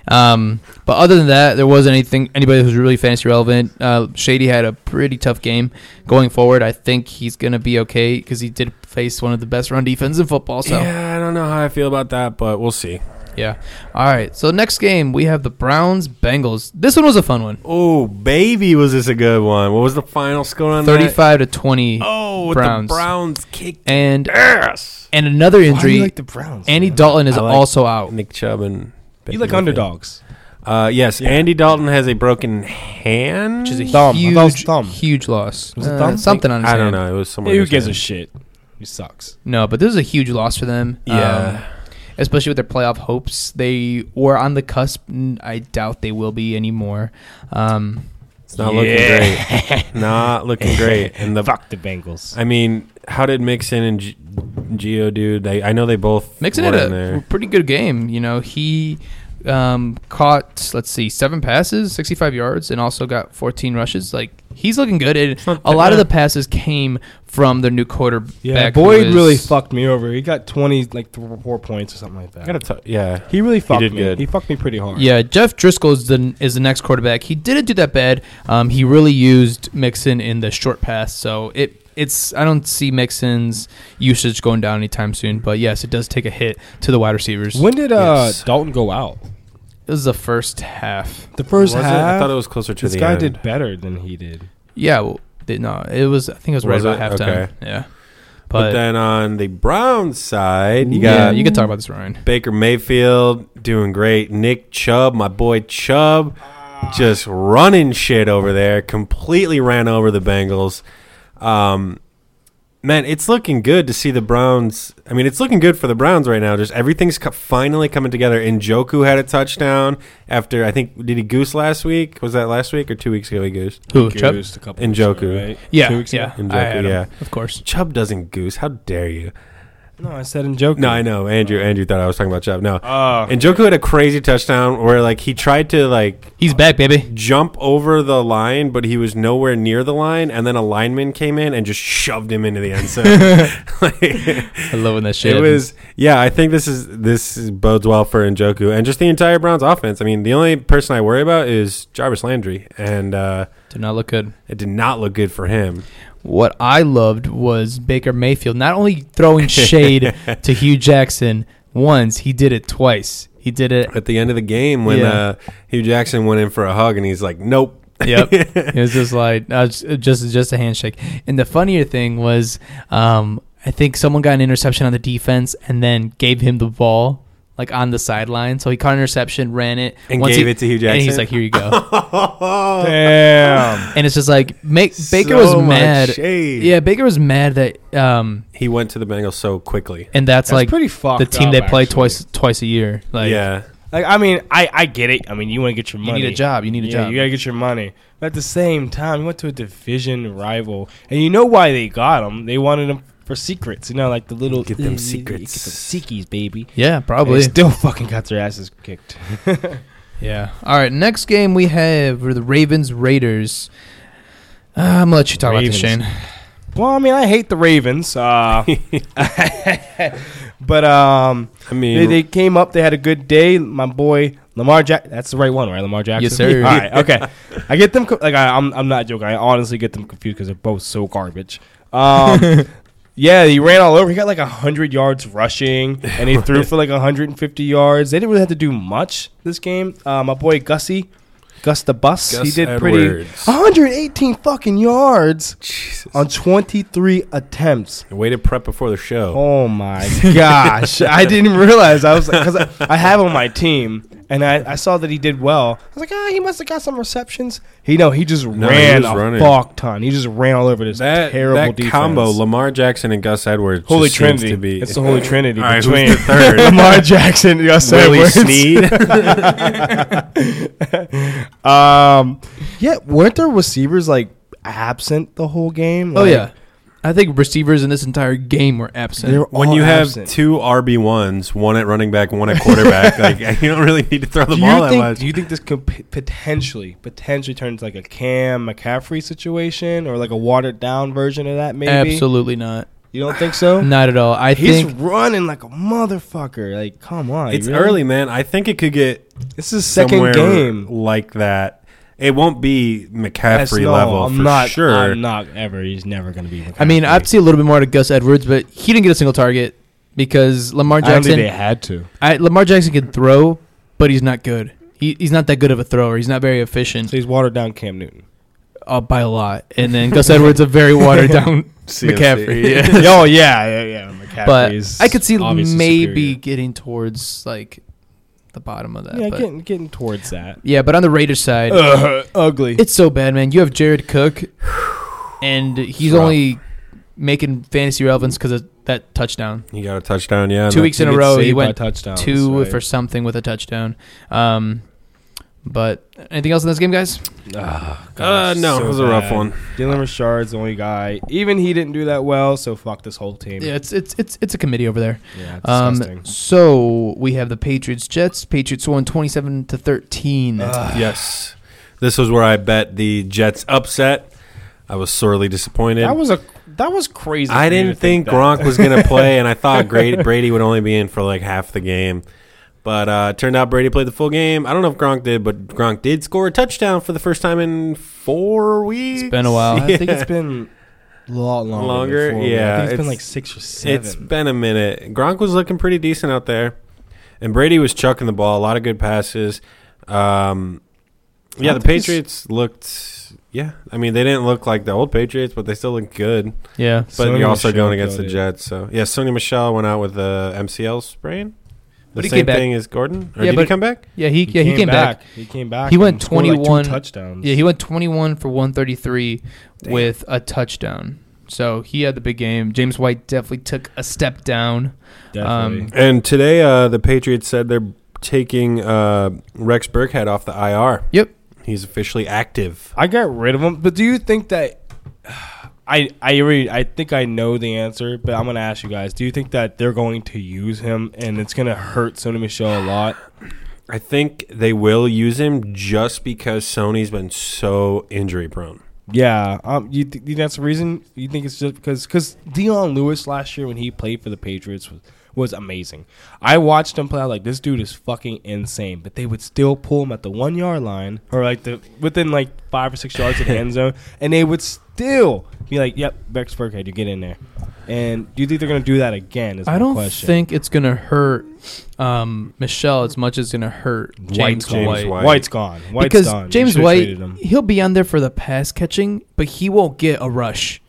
C: Um, but other than that, there wasn't anything anybody who's really fantasy relevant. Uh, Shady had a pretty tough game going forward. I think he's gonna be okay because he did face one of the best run defenses in football. So
A: yeah, I don't know how I feel about that, but we'll see.
C: yeah. All right. So next game we have the Browns Bengals. This one was a fun one.
A: Oh, baby, was this a good one? What was the final score on that?
C: 35 to 20
A: Oh, with
C: Browns.
A: the Browns kicked
C: and
A: ass.
C: and another
B: Why do
C: injury.
B: you like the Browns?
C: Andy
B: man?
C: Dalton is
A: I like-
C: also out.
A: Nick Chubb and
B: You like underdogs.
A: Uh, yes, Andy Dalton has a broken hand.
C: Which is a
B: Thumb. I thought it was
C: huge,
B: thumb.
C: huge loss. Uh,
B: Was it thumb?
C: Something on his
A: I don't
C: hand.
A: know. It was someone.
B: Yeah, who gives a shit? He sucks.
C: No, but this is a huge loss for them.
A: Yeah.
C: Um, especially with their playoff hopes. They were on the cusp. and I doubt they will be anymore. Um,
A: It's not looking
B: [laughs]
A: great. not looking great. And the
B: Fuck the Bengals.
A: I mean, how did Mixon and G- Geo do? They I know they both
C: Mixon
A: were
C: had
A: in
C: a
A: there.
C: pretty good game. You know, he um, caught, let's see, seven passes, 65 yards, and also got 14 rushes. Like, he's looking good. And
A: not
C: a
A: bad.
C: lot of the passes came from their new quarterback.
B: Yeah,
C: who
B: Boyd
C: is-
B: really fucked me over. He got 20, like, th- four points or something like that.
A: Gotta t- yeah.
B: he really fucked
A: did
B: me.
A: good.
B: He fucked me pretty hard.
C: Yeah, Jeff Driscoll is the is the next quarterback. He didn't do that bad. Um, he really used Mixon in the short pass, so it it's I don't see Mixon's usage going down anytime soon. But yes, it does take a hit to the wide receivers.
B: When did uh,
A: Yes.
B: Dalton go out?
C: This is the first half.
B: The first
A: Was it?
B: half.
A: I thought it was closer to
B: this
A: the
B: guy
A: end.
B: did better than he did.
C: Yeah, well, they- no, it was I think it was right
A: Was
C: about
A: it?
C: halftime.
A: Okay.
C: Yeah, but,
A: But then on the Browns side, you
B: Ooh.
A: got
C: yeah, you can talk about this, Ryan.
A: Baker Mayfield doing great. Nick Chubb, my boy Chubb, just running shit over there. Completely ran over the Bengals. Um, man, it's looking good to see the Browns. I mean, it's looking good for the Browns right now. Just everything's co- finally coming together. And Joku had a touchdown after I think did he goose last week? Was that last week or two weeks ago? He goose.
C: Who? Chubb?
B: Goose a couple
A: And
B: weeks ago,
A: Joku.
B: right?
C: Yeah,
B: Two weeks ago?
C: yeah,
A: And
C: I
A: Joku,
C: had him,
A: yeah.
C: of course.
A: Chubb doesn't goose. How dare you?
B: No, I said Njoku.
A: No, I know. Andrew, Andrew thought I was talking about Chubb. No.
B: Uh,
A: And Joku had a crazy touchdown where like he tried to like
C: He's back, baby.
A: jump over the line, but he was nowhere near the line, and then a lineman came in and just shoved him into the end
B: [laughs]
A: zone. Like, [laughs]
C: I love when that shit.
A: it
C: happens.
A: was yeah, I think this is this is bodes well for Njoku and just the entire Browns offense. I mean, the only person I worry about is Jarvis Landry, and uh,
C: did not look good.
A: it did not look good for him.
C: What I loved was Baker Mayfield not only
A: [laughs]
C: throwing shade to Hugh Jackson once, he did it twice. He did it.
A: At the end of the game, when
C: Yeah.
A: uh, Hugh Jackson went in for a hug, and he's like, "Nope." [laughs]
C: Yep. it was just like uh, j- just just a handshake. And the funnier thing was, um, I think someone got an interception on the defense and then gave him the ball like on the sideline. So he caught an interception, ran it,
A: And
C: once
A: gave
C: he-
A: it to Hugh
C: And he's
A: Jackson?
C: like, "Here
A: [laughs]
C: you go."
B: damn.
C: and [laughs] it's just like make, Baker
A: So
C: was
A: much
C: mad.
A: shade.
C: Yeah, Baker was mad that um,
A: He went to the Bengals so quickly.
C: and that's,
B: That's
C: like
B: pretty fucked
C: the team
B: up,
C: they play
B: actually.
C: twice twice a year. Like,
A: yeah.
B: Like, I mean, I, I get it. I mean, you want to get your
C: You
B: money.
C: need a job. You need a
B: yeah,
C: job.
B: You gotta get your money. But at the same time, you went to a division rival, and you know why they got him. They wanted him for secrets. You know, like the little
A: Get them
B: [laughs] Get
A: secrets.
B: them sickies, baby.
C: yeah,
B: And
C: probably.
B: They still fucking got their asses kicked.
C: Yeah. All right. Next game we have are the Ravens Raiders. Uh, I'm gonna let you talk about this,
B: Ravens.
C: Shane.
B: well, I mean, I hate the Ravens,
C: [laughs]
B: uh, [laughs] but um,
A: I mean,
B: they, they came up. They had a good day. My boy Lamar Jack. That's the right one, right? Lamar Jackson.
C: Yes, sir.
B: All right. Okay. I get them. co- Like I, I'm. I'm not joking. I honestly get them confused because they're both so garbage. Um, yeah, he ran all over. He got like hundred yards rushing, and he threw for like 150 yards. They didn't really have to do much this game. Uh, my boy Gussie. Gus the Bus.
A: Gus
B: he did
A: Edwards.
B: pretty 118 fucking yards
A: Jesus.
B: on 23 attempts.
A: Way to prep before the show.
B: Oh my gosh! I didn't even realize I was because I, I have him on my team, and I, I saw that he did well. I was like, ah, he must have got some receptions. He no, he just
A: No, he
B: ran
A: was
B: a
A: running.
B: fuck ton. He just ran all over this
A: that
B: terrible
A: that
B: defense.
A: combo, Lamar Jackson and Gus Edwards, just
B: Holy
A: seems
B: Trinity.
A: to be
B: It's the Holy Trinity
A: All right, who's
B: between
A: the [laughs] third?
B: Lamar Jackson, Gus
A: Willie
B: Edwards.
A: Sneed.
B: Um, yeah, weren't there receivers like absent the whole game?
C: Oh
B: Like,
C: yeah, I think receivers in this entire game were absent.
B: they were
A: when
B: all
A: you have
B: absent.
A: two RB ones, one at running back, one at [laughs] quarterback, like you don't really need to throw the
B: do
A: ball
B: you
A: that
B: think
A: much.
B: do you think this could p- potentially potentially turn into like a Cam McCaffrey situation or like a watered down version of that? Maybe
C: Absolutely not.
B: You don't think
C: [sighs]
B: so?
C: Not at all. I
B: He's
C: think
B: running like a motherfucker. Like, come on.
A: it's
B: really?
A: early, man. I think it could get
B: This is second
A: somewhere
B: game.
A: like that. It won't be
B: That's-
A: McCaffrey
B: no,
A: level
B: I'm
A: for
B: not,
A: sure.
B: I'm not ever. He's never going to be.
C: I mean,
B: McCaffrey.
C: I'd see a little bit more to Gus Edwards, but he didn't get a single target because Lamar
B: I don't think they
C: Jackson.
B: had to.
C: I, Lamar Jackson can throw, but he's not good. He, he's not that good of a thrower. He's not very efficient
B: So he's watered down Cam Newton.
C: uh, by a lot. And then Gus Edwards a
B: [laughs]
C: very watered down
A: CMC.
C: McCaffrey. [laughs] Yeah.
B: oh yeah, yeah, yeah. McCaffrey
C: but
B: is
C: I could see maybe
B: obviously superior.
C: getting towards like the bottom of that.
B: Yeah,
C: but,
B: getting getting towards that.
C: yeah, but on the Raiders side,
B: Ugh, ugly.
C: It's so bad, man. You have Jared Cook, and he's
A: rough.
C: only making fantasy relevance because of that touchdown.
A: You got a touchdown, yeah.
C: Two
A: no.
C: weeks in a
B: He gets
C: row,
B: saved
C: he
B: by
C: went
B: touchdowns,
C: two
B: Oh, right?
C: for something with a touchdown. Um, but anything else in this game, guys?
B: Ah,
A: Uh,
B: gosh,
A: no,
B: so
A: it was a rough
B: bad.
A: one.
B: Dylan Richard's the only guy. Even he didn't do that well. So fuck this whole team.
C: Yeah, it's it's it's it's a committee over there.
B: Yeah, disgusting.
C: Um, so we have the Patriots Jets. Patriots won twenty seven to thirteen.
A: Yes, this was where I bet the Jets upset. I was sorely disappointed.
B: that was a that was crazy.
A: I
B: for you to
A: didn't think,
B: that.
A: Gronk was going to play,
B: [laughs]
A: and I thought Gra- Brady would only be in for like half the game. But uh, it turned out Brady played the full game. I don't know if Gronk did, but Gronk did score a touchdown for the first time in four weeks.
C: It's been
A: [laughs]
C: a while.
B: I think it's been a lot longer. than
A: Longer?
B: four, man.
A: Yeah,
B: I think it's been
A: it's-
B: like six or seven.
A: It's been a minute. Gronk was looking pretty decent out there, and Brady was chucking the ball. A lot of good passes. Um, yeah,
B: I
A: the
B: think it's-
A: Patriots looked. Yeah, I mean they didn't look like the old Patriots, but they still looked good.
C: Yeah,
A: But
B: Sony
A: you're also
B: Michel
A: going against the
B: got it.
A: Jets, so yeah. Sony Michelle went out with the MCL sprain. The
C: But he
A: same
C: came back.
A: thing as Gordon. Or did
C: Yeah,
A: he
C: but-
A: come back?
C: yeah, he, yeah he came back.
B: He came back.
C: He went
B: and scored, like, two
C: 21
B: touchdowns.
C: Yeah, he went 21 for 133 with a touchdown. So he had the big game. James White definitely took a step down.
B: Definitely.
C: um,
A: And today, uh, the Patriots said they're taking uh, Rex Burkhead off the IR.
C: Yep.
A: He's officially active.
B: I got rid of him, but do you think that [sighs] I I already I think I know the answer, but I'm gonna ask you guys. Do you think that they're going to use him and it's gonna hurt Sony Michelle a lot?
A: I think they will use him just because Sony's been so injury prone.
B: Yeah, um, you th- think that's the reason? You think it's just because because Dion Lewis last year when he played for the Patriots was, was amazing. I watched him play. I was like, this dude is fucking insane. But they would still pull him at the one yard line or like the within like five or six yards of the end zone, and they would still be like, "Yep, Bex Burkhead, you get in there." And do you think they're gonna do that again? Is
C: I
B: my
C: don't
B: question.
C: think it's going to hurt um, Michelle as much as it's going to hurt James
B: White's gone.
C: White.
A: White.
B: White's gone. White's
C: because
B: gone. You
C: James
B: should've
C: White,
B: traded him.
C: he'll be on there for the pass catching, but he won't get a rush.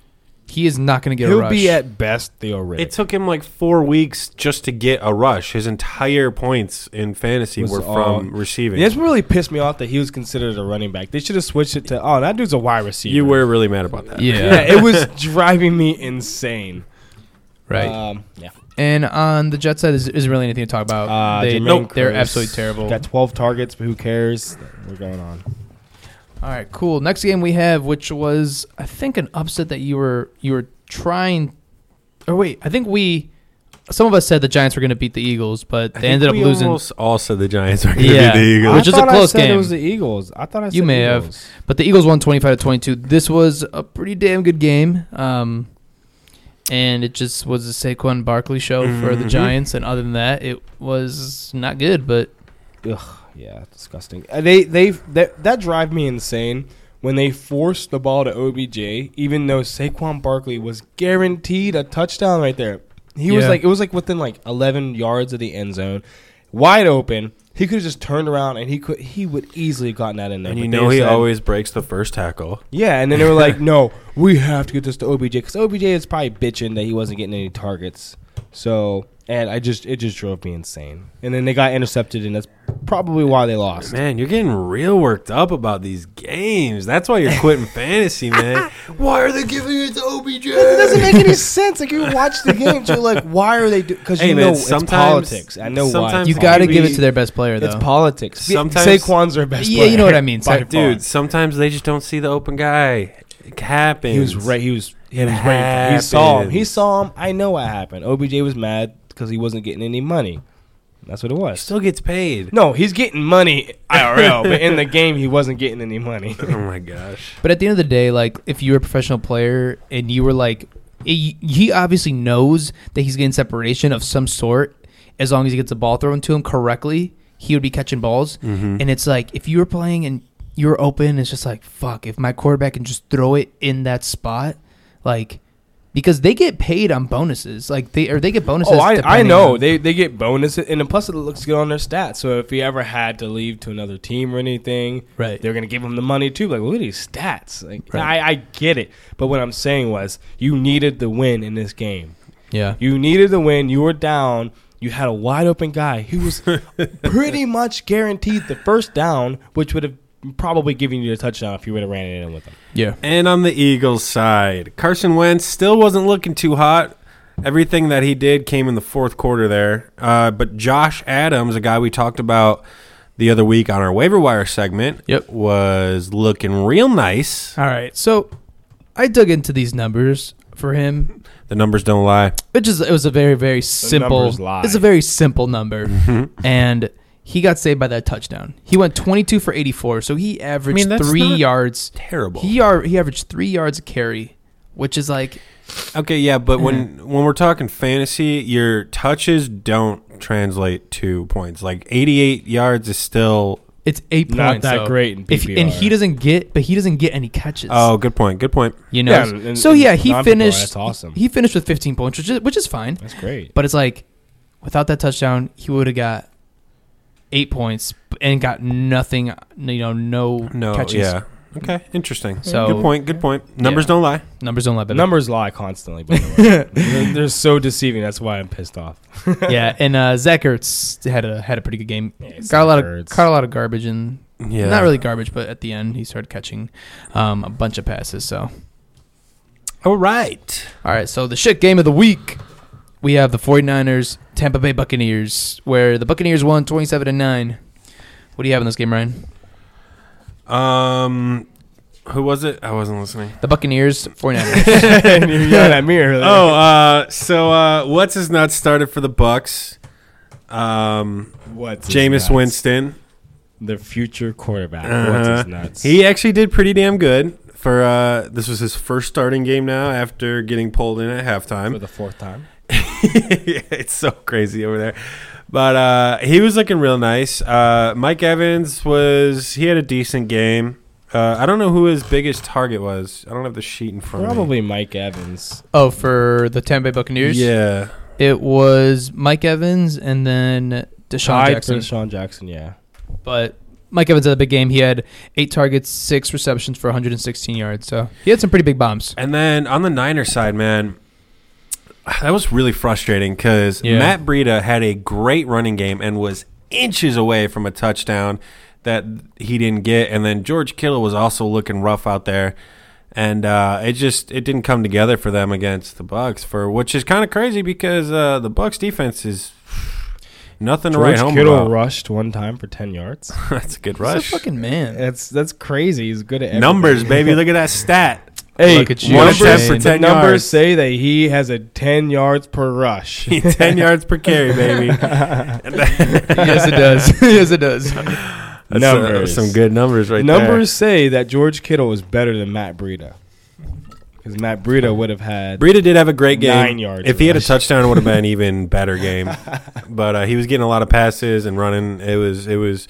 C: He is not going to get a
B: he'll
C: rush.
B: be at best the already.
A: It took him like four weeks just to get a rush. His entire points in fantasy
B: Was
A: were
B: all-
A: from receiving.
B: It's really pissed me off that he was considered a running back. They should have switched it to oh, that dude's a wide receiver.
A: you were really mad about that.
C: yeah,
B: yeah.
A: [laughs]
B: It was driving me insane.
C: right.
A: Uh,
B: Um, yeah.
C: and on the Jet side, is isn't really anything to talk about.
B: Uh,
C: they,
B: Jermaine
C: they're
B: Curse
C: absolutely terrible.
B: Got 12 targets, but who cares? We're going on.
C: All right, cool. Next game we have, which was I think an upset that you were you were trying, or wait, I think we, some of us said the Giants were going to beat the Eagles, but
A: I
C: they
A: think
C: ended up
A: we
C: losing.
A: Almost also the Giants are going to
C: Yeah.
A: be the
C: I
A: Eagles.
C: Which is a
B: thought
C: close
B: I said
C: game.
B: It was the Eagles. I thought I said
C: You may have.
B: Eagles.
C: But the Eagles won twenty five to twenty two. This was a pretty damn good game. Um, and it just was a Saquon Barkley show for the
A: Mhm.
C: Giants, and other than that, it was not good. But
B: Yeah, disgusting. Uh, they they that that drive me insane when they forced the ball to OBJ, even though Saquon Barkley was guaranteed a touchdown right there. He was
C: Yeah.
B: like it was like within like 11 yards of the end zone. wide open. He could have just turned around and he could he would easily have gotten that in there.
A: And
B: but
A: you
B: they
A: know he
B: said-
A: always breaks the first tackle.
B: yeah. And then they were like, no, we have to get this to OBJ because OBJ is probably bitching that he wasn't getting any targets. So and I just it just drove me insane. And then they got intercepted and that's probably why they lost.
A: Man, you're getting real worked up about these games. That's why you're [laughs] quitting fantasy, man. [laughs] Why are they giving it to
B: It
A: OBJ?
B: doesn't make [laughs] any sense. Like you watch the games, you're like, why are they? Because
A: Hey,
B: you
A: man,
B: know it's
A: sometimes-
B: politics. I know why.
A: sometimes
C: You
A: It's
C: got to
A: maybe-
C: give it to their best player, though.
B: It's politics.
A: Sometimes-
B: Sometimes Saquon's our best.
C: Yeah, you know
B: player [laughs]
C: what I mean.
B: by
C: Saquon.
B: far.
A: Dude, sometimes they just don't see the open guy. It happens.
B: he was right. He was. He,
A: It
B: was right. he saw him. He
A: happens.
B: saw him. I know what happened. OBJ was mad because he wasn't getting any money. That's what it was.
A: Still gets [laughs] paid.
B: no, he's getting money IRL, but [laughs] in the game he wasn't getting any money.
A: Oh my gosh.
C: But at the end of the day, like if you were a professional player and you were like, he he obviously knows that he's getting separation of some sort. As long as he gets the ball thrown to him correctly, he would be catching balls.
B: Mm-hmm.
C: And it's like if you were playing and you were open, it's just like fuck. If my quarterback can just throw it in that spot, like because they get paid on bonuses, like they or they get bonuses.
B: Oh, I, I
C: depending
B: know
C: on-
B: they they get bonuses, and then plus it looks good on their stats. So if he ever had to leave to another team or anything,
C: Right.
B: they're gonna give him the money too. Like look at these stats. Like
C: Right.
B: I, I get it, but what I'm saying was you needed the win in this game.
C: yeah.
B: You needed the win. You were down. You had a wide open guy who
C: [laughs]
B: was pretty much guaranteed the first down, which would have probably given you a touchdown if you would have ran it in with him.
C: Yeah.
A: And on the Eagles side, Carson Wentz still wasn't looking too hot. Everything that he did came in the fourth quarter there. Uh, but Josh Adams, a guy we talked about the other week on our waiver wire segment,
C: Yep.
A: was looking real nice.
C: All right. So I dug into these numbers for him
A: The numbers don't lie.
C: which is it was a very very simple
B: numbers lie.
C: it's a very simple number
A: Mm-hmm.
C: and he got saved by that touchdown he went 22 for 84 so he averaged
A: that's
C: 3
A: not
C: yards
A: Terrible.
C: he ar- he averaged 3 yards a carry which is like
A: okay, yeah, but when
C: Mm-hmm.
A: when we're talking fantasy, your touches don't translate to points. Like 88 yards is still.
C: it's 8
B: Not
C: points
B: that
C: though.
B: great in
C: if, and
B: PPR.
C: he doesn't get but he doesn't get any catches
A: Oh, good point. Good point.
C: you know
B: Yeah, and-
C: so
B: and
C: yeah he
B: non-PPR,
C: finished
B: that's awesome.
C: he finished with 15 points which is, which is fine
B: That's great.
C: but it's like without that touchdown he would have got 8 points and got nothing you know no,
A: No,
C: catches
A: yeah. Okay, interesting.
C: So-
A: good point. Good point. Numbers
C: Yeah.
A: don't lie.
C: numbers don't lie baby.
B: Numbers lie constantly. By
C: [laughs]
B: the way. they're, they're so deceiving. That's why I'm pissed off.
C: yeah, and uh, Zach Ertz had a had a pretty good game.
B: Yeah,
C: got a lot of
B: Zach Ertz.
C: caught a lot of garbage and
A: Yeah.
C: not really garbage, but at the end he started catching um, a bunch of passes. So
A: All right.
C: all right, so the shit game of the week we have the 49ers Tampa Bay Buccaneers, where the Buccaneers won 27 to nine. What do you have in this game, Ryan?
A: Um, who was it? I wasn't listening.
C: The Buccaneers 49ers.
A: [laughs]
B: [laughs] and you're yelling at me earlier.
A: Oh, uh, so uh, what's his nuts started for the Bucks? Um,
B: what's his
A: Jameis
B: Oh. nuts?
A: Winston.
B: the future quarterback. What's
A: Uh-huh.
B: his nuts?
A: He actually did pretty damn good for uh, this was his first starting game now after getting pulled in at halftime.
B: for the fourth time.
A: [laughs] it's so crazy over there. But uh, he was looking real nice. Uh, Mike Evans was he had a decent game. Uh, I don't know who his biggest target was. I don't have the sheet in front of me.
B: Probably Mike Evans.
C: oh, for the Tampa Bay Buccaneers,
A: Yeah.
C: it was Mike Evans and then Deshaun
B: Tied
C: Jackson.
B: for Sean Jackson. Yeah.
C: But Mike Evans had a big game. He had eight targets, six receptions for 116 yards. So he had some pretty big bombs.
A: And then on the Niners side, man, that was really frustrating because
C: Yeah.
A: Matt Breida had a great running game and was inches away from a touchdown that he didn't get. And then George Kittle was also looking rough out there. And uh, it just it didn't come together for them against the Bucks, for which is kind of crazy because uh, the Bucks defense is nothing to write
B: George
A: home
B: Kittle
A: about.
B: rushed one time for ten yards.
A: [laughs] That's a good
C: He's
A: rush.
C: a fucking man.
B: That's that's crazy. He's good at everything.
A: Numbers, baby. Look at that stat. [laughs]
B: Hey,
C: Look at you,
B: numbers,
C: Shane.
B: the
A: Ten
B: numbers
A: yards.
B: say that he has a ten yards
A: [laughs]
B: per rush.
A: 10 yards per carry, baby.
C: [laughs] yes,
A: [laughs]
C: it does. [laughs] yes, it does.
A: That's uh,
B: Numbers.
A: some good numbers right there.
B: numbers say that George Kittle is better than Matt Breida, because Matt Breida would have had.
A: Breida did have a great game.
B: Nine yards
A: If he had a
B: rush.
A: touchdown, it would have
B: [laughs]
A: been an even better game. But uh, he was getting a lot of passes and running. It was it was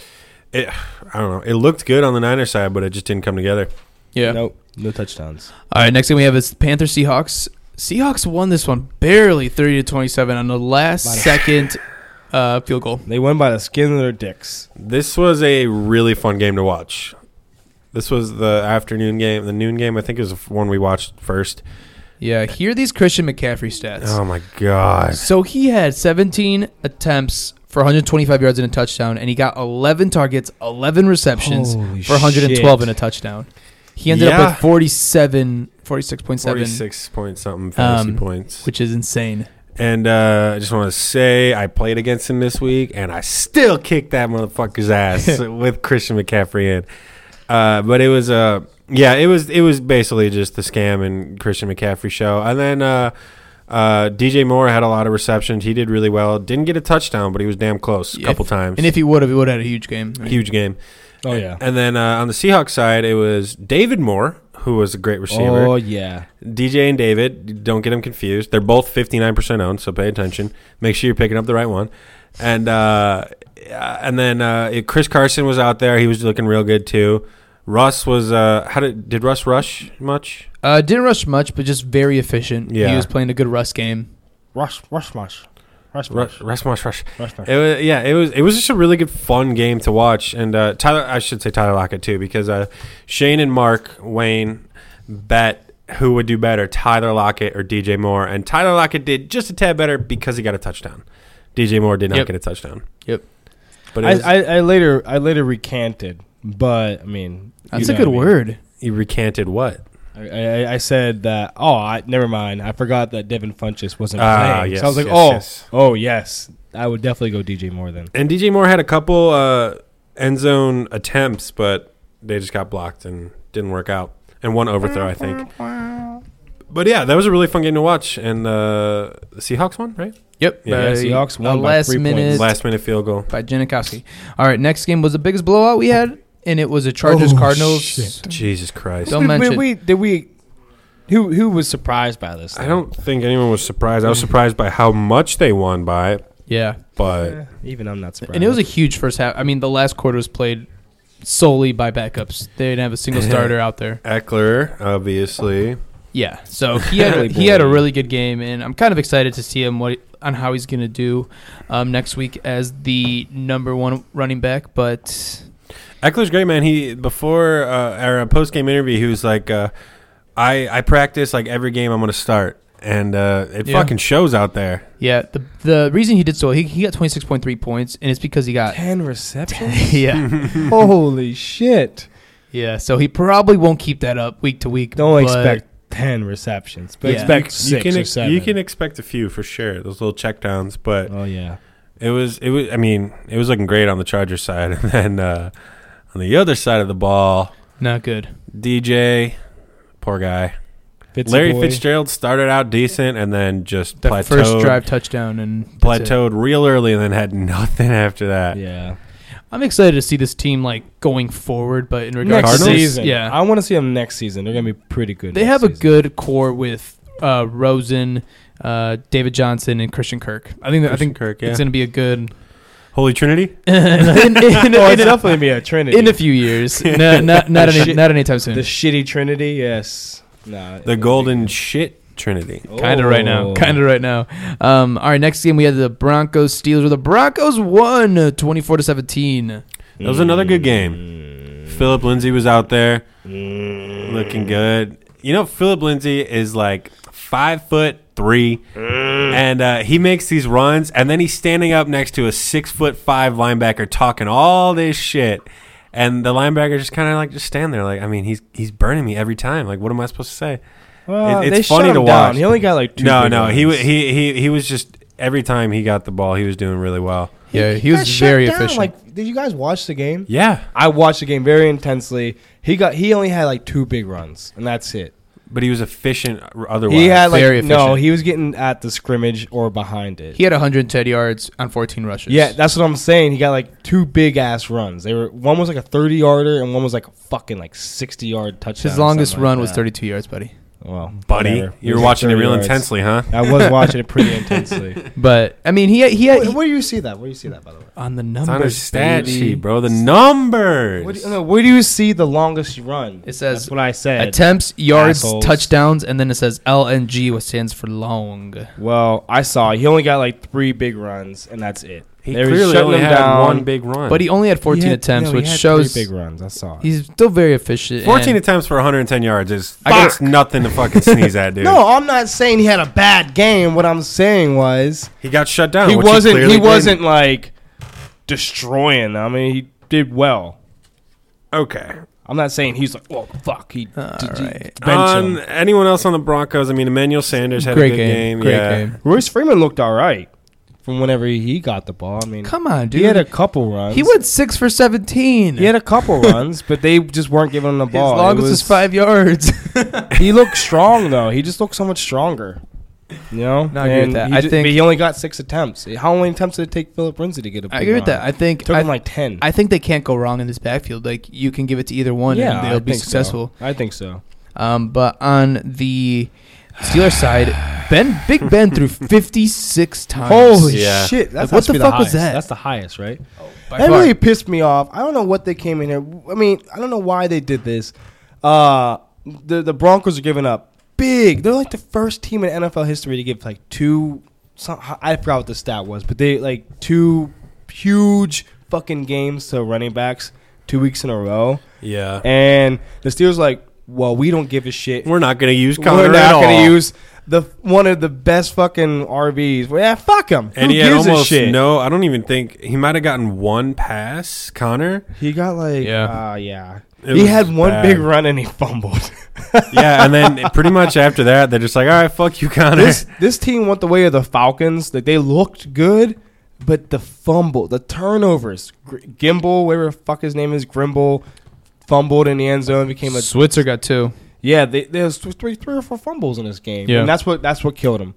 A: it, I don't know. It looked good on the Niners side, but it just didn't come together.
C: Yeah.
B: Nope, no touchdowns.
C: All right. Next thing we have is Panther Seahawks. Seahawks won this one barely, 30 to 27, on the last
B: Bottom.
C: second uh, field goal.
B: They won by the skin of their dicks.
A: This was a really fun game to watch. This was the afternoon game, the noon game. I think is the one we watched first.
C: Yeah, here are these Christian McCaffrey stats.
A: Oh my god!
C: So he had 17 attempts for 125 yards and a touchdown, and he got 11 targets, 11 receptions
B: Holy
C: for 112
B: shit.
C: and a touchdown. He ended
A: Yeah.
C: up with 47, 46.7,
A: Forty-six point something fantasy
C: Um,
A: points.
C: which is insane.
A: And uh, I just want to say I played against him this week, and I still kicked that motherfucker's ass with Christian McCaffrey in. Uh, but it was uh, yeah, it was it was basically just the scam and Christian McCaffrey show. And then uh, uh, DJ Moore had a lot of receptions. He did really well. Didn't get a touchdown, but he was damn close a
C: Yeah,
A: couple times.
C: And if he would have, he would have had a huge game.
A: huge game.
B: Oh yeah.
A: And then uh, on the Seahawks side, it was David Moore. Who was a great receiver?
B: Oh yeah.
A: DJ and David, don't get them confused. They're both 59% owned, so pay attention. Make sure you're picking up the right one. And uh, and then uh, it- Chris Carson was out there. He was looking real good too. Russ was uh, how did did Russ rush much?
C: Uh, didn't rush much, but just very efficient.
A: Yeah.
C: He was playing a good rush game.
B: Rush, rush, rush, rush,
A: Rush, rush, rush, rush.
B: rush, rush.
A: It was, yeah, it was it was just a really good fun game to watch. And uh, Tyler, I should say Tyler Lockett too, because uh, Shane and Mark Wayne bet who would do better, Tyler Lockett or DJ Moore, and Tyler Lockett did just a tad better because he got a touchdown. DJ Moore did not
C: Yep.
A: get a touchdown.
C: Yep.
A: But it
B: I,
A: was,
B: I, I later I later recanted, but I mean
C: That's
B: you
C: a
B: know
C: good
B: what
C: word.
A: he recanted what?
B: I, mean. I, I, I said that. Oh, I, never mind. I forgot that Devin Funches wasn't
A: Ah,
B: playing.
A: yes,
B: so I was like,
A: yes,
B: oh,
A: yes.
B: oh yes, I would definitely go DJ Moore then.
A: And DJ Moore had a couple uh, end zone attempts, but they just got blocked and didn't work out. And one overthrow, I think. But yeah, that was a really fun game to watch. And uh, the Seahawks won, right?
C: Yep.
A: Yeah,
C: Uh,
B: Seahawks won
C: a
B: by
C: last
B: three points.
C: minute
A: Last minute field goal.
C: by Janikowski. All right, next game was the biggest blowout we had, and it was a Chargers
B: Oh,
C: Cardinals.
A: Jesus Christ.
C: Don't
B: Did
C: mention.
B: we, did we? Who who was surprised by this?
A: I don't think anyone was surprised. I was surprised by how much they won by it,
C: Yeah.
A: but
B: Even I'm not surprised.
C: And it [laughs] was a huge first half. I mean, the last quarter was played solely by backups. They didn't have
B: [laughs]
C: a single starter out there.
A: Eckler, obviously.
C: Yeah. So he had he had a really good game, and I'm kind of excited to see him what on how he's gonna do um, next week as the number one running back. But
A: Eckler's great, man. He before uh, our post game interview, he was like, uh, "I I practice like every game I'm going to start, and uh, it
C: Yeah.
A: fucking shows out there."
C: yeah, the the reason he did so he he got 26.3 points, and it's because he
B: [laughs]
C: got [laughs]
B: ten receptions.
C: yeah
B: Holy shit!
C: yeah. So he probably won't keep that up week to week.
B: Don't
C: but-
B: expect ten receptions, but
C: Yeah.
B: expect
A: you,
B: six
A: can
B: or
A: ex-
B: seven.
A: you can expect a few for sure. Those little checkdowns, but
B: oh yeah.
A: it was it was. I mean, it was looking great on the Chargers side, [laughs] and then uh, on the other side of the ball,
C: not good.
A: DJ, poor guy.
B: Fitzy
A: Larry
B: boy.
A: Fitzgerald started out decent and then just
C: The
A: plateaued,
C: first drive touchdown and that's it.
A: plateaued real early and then had [laughs] nothing after that.
B: Yeah.
C: I'm excited to see this team like going forward, but in regards
B: Next
C: to this-
B: season.
C: yeah,
B: I want to see them next season. They're gonna be pretty good.
C: they
B: next
C: have a
B: season.
C: good core with uh, Rosen, uh, David Johnson, and Christian Kirk. I think that, I
A: Christian
C: think
A: Kirk, yeah.
C: it's going to be
B: [laughs]
C: a good [laughs]
A: Holy Trinity?
C: in, in, in,
B: Oh, it's
C: in,
B: definitely be a trinity.
A: [laughs]
C: in a
B: [laughs]
C: few years. No, not not
B: The
C: any,
B: shit-
C: not anytime
B: the
C: soon.
B: shitty trinity. Yes. No.
A: The golden shit Trinity.
C: Kind of right
B: Oh.
C: now. Kind of right now. Um, all right, next game we had the Broncos Steelers, where the Broncos won uh, 24 to 17.
A: That was another good game. Philip Lindsay was out there looking good. You know, Philip Lindsay is like five foot three, and uh, he makes these runs, and then he's standing up next to a six foot five linebacker talking all this shit. And the linebacker just kind of like just stand there, like I mean, he's he's burning me every time. Like, what am I supposed to say?
B: Well,
A: It- it's
B: they shut
A: funny
B: him
A: to
B: down.
A: watch.
B: He only got like two.
A: no,
B: big
A: no, he wa-
B: runs.
A: he he he was just every time he got the ball, he was doing really well.
C: Yeah, he,
B: got
C: was
B: shut
C: very
B: down.
C: efficient.
B: Like, did you guys watch the game?
A: Yeah,
B: I watched the game very intensely. He got he only had like two big runs, and that's it.
A: but he was efficient otherwise.
B: He had like
C: Very
B: no,
C: efficient.
B: he was getting at the scrimmage or behind it.
C: he had 110 yards on 14 rushes.
B: yeah, that's what I'm saying. He got like two big ass runs. They were one was like a 30 yarder, and one was like a fucking like 60 yard touchdown.
C: his
B: or
C: longest
B: something like
C: run was
B: that.
C: 32 yards, buddy.
B: Well,
A: buddy.
B: whatever.
A: You
B: was
A: were
B: like
A: watching it
B: 30
A: real
B: yards.
A: intensely, huh?
B: I
A: [laughs]
B: was watching it pretty [laughs] intensely.
C: But I mean, he he, had,
B: Where, where do you see that? Where do you see that? By the way,
C: on the
A: It's
C: numbers.
A: on his stat
C: baby.
A: sheet, bro. The numbers.
B: where do, you, oh, no, where do you see the longest run?
C: It says
B: that's what I said.
C: Attempts, yards,
B: Assholes.
C: touchdowns, and then it says LNG, which stands for long.
B: well, I saw he only got like three big runs, and that's it.
A: He
B: They were
A: clearly
B: shutting
A: only
B: him
A: had
B: down.
A: one big run.
C: But he only had 14
B: He had-
C: attempts,
B: no, he
C: which
B: had three
C: shows
B: big runs. I saw. it.
C: he's still very efficient.
A: 14
C: and-
A: attempts for 110 yards is
C: I guess-
A: that's nothing to fucking sneeze at, dude.
B: [laughs] No, I'm not saying he had a bad game. What I'm saying was
A: He got shut down.
B: he
A: which
B: wasn't.
A: clearly
B: He
A: didn't.
B: wasn't like destroying. I mean, he did well.
A: Okay.
B: I'm not saying he's like, oh fuck, he
C: All
B: did he
C: right.
B: bench
A: On
B: him.
A: Um, anyone else on the Broncos? I mean, Emmanuel Sanders had
C: Great
A: a good
C: game.
A: game.
C: Great
A: yeah.
C: game.
B: Royce Freeman looked all right from whenever he got the ball. I mean,
C: Come on, dude.
B: he had a couple runs.
C: He went six for 17.
B: He had a
C: [laughs]
B: couple runs, but they just weren't giving him the
C: as
B: ball.
C: long
B: It
C: as
B: was-
C: it's five yards.
B: [laughs]
C: [laughs]
B: he looked strong though. He just looked so much stronger. You know,
C: No, I agree with
B: And
C: that.
B: He
C: I
B: ju-
C: think-
B: but he only got six attempts. How many attempts did it take Philip Lindsay to get a?
C: I
B: big
C: agree with
B: run?
C: that. I think
B: took
C: I,
B: him like ten.
C: I think they can't go wrong in this backfield. Like you can give it to either one, and they'll
B: I
C: be
B: think so.
C: successful.
B: I think so.
C: Um, but on the Steelers side, Ben Big Ben [laughs] threw 56 times.
B: Holy
A: Yeah.
B: shit!
C: Like,
B: That's what the, fuck was that? That's
C: That's
B: the highest, right?
C: By
B: That
C: far.
B: really pissed me off. I don't know what they came in here. I mean, I don't know why they did this. Uh, the the Broncos are giving up big. They're like the first team in NFL history to give like two. Some, I forgot what the stat was, but they like two huge fucking games to running backs two weeks in a row,
A: Yeah.
B: and the Steelers like, well, we don't give a shit.
A: We're not going to use Connor
B: We're not
A: at all.
B: going to use the one of the best fucking RBs. Well, yeah, fuck him.
A: and
B: Who
A: he had
B: gives a
A: almost
B: shit?
A: no. I don't even think he might have gotten one pass, Connor.
B: He got like,
C: Yeah.
B: yeah, Ah, yeah.
A: It
B: he
A: was
B: had one
A: bad.
B: big run and he fumbled.
A: yeah, and then pretty much after that, they're just like, all right, fuck you, Connor.
B: [laughs] [laughs] this this team went the way of the Falcons. Like they looked good, but the fumble, the turnovers, Gr- Gimble, whatever the fuck his name is, Grimble, fumbled in the end zone, became a
C: Switzer got two.
B: yeah. They, there was th- three three or four fumbles in this game,
C: Yeah.
B: and that's what that's what killed him.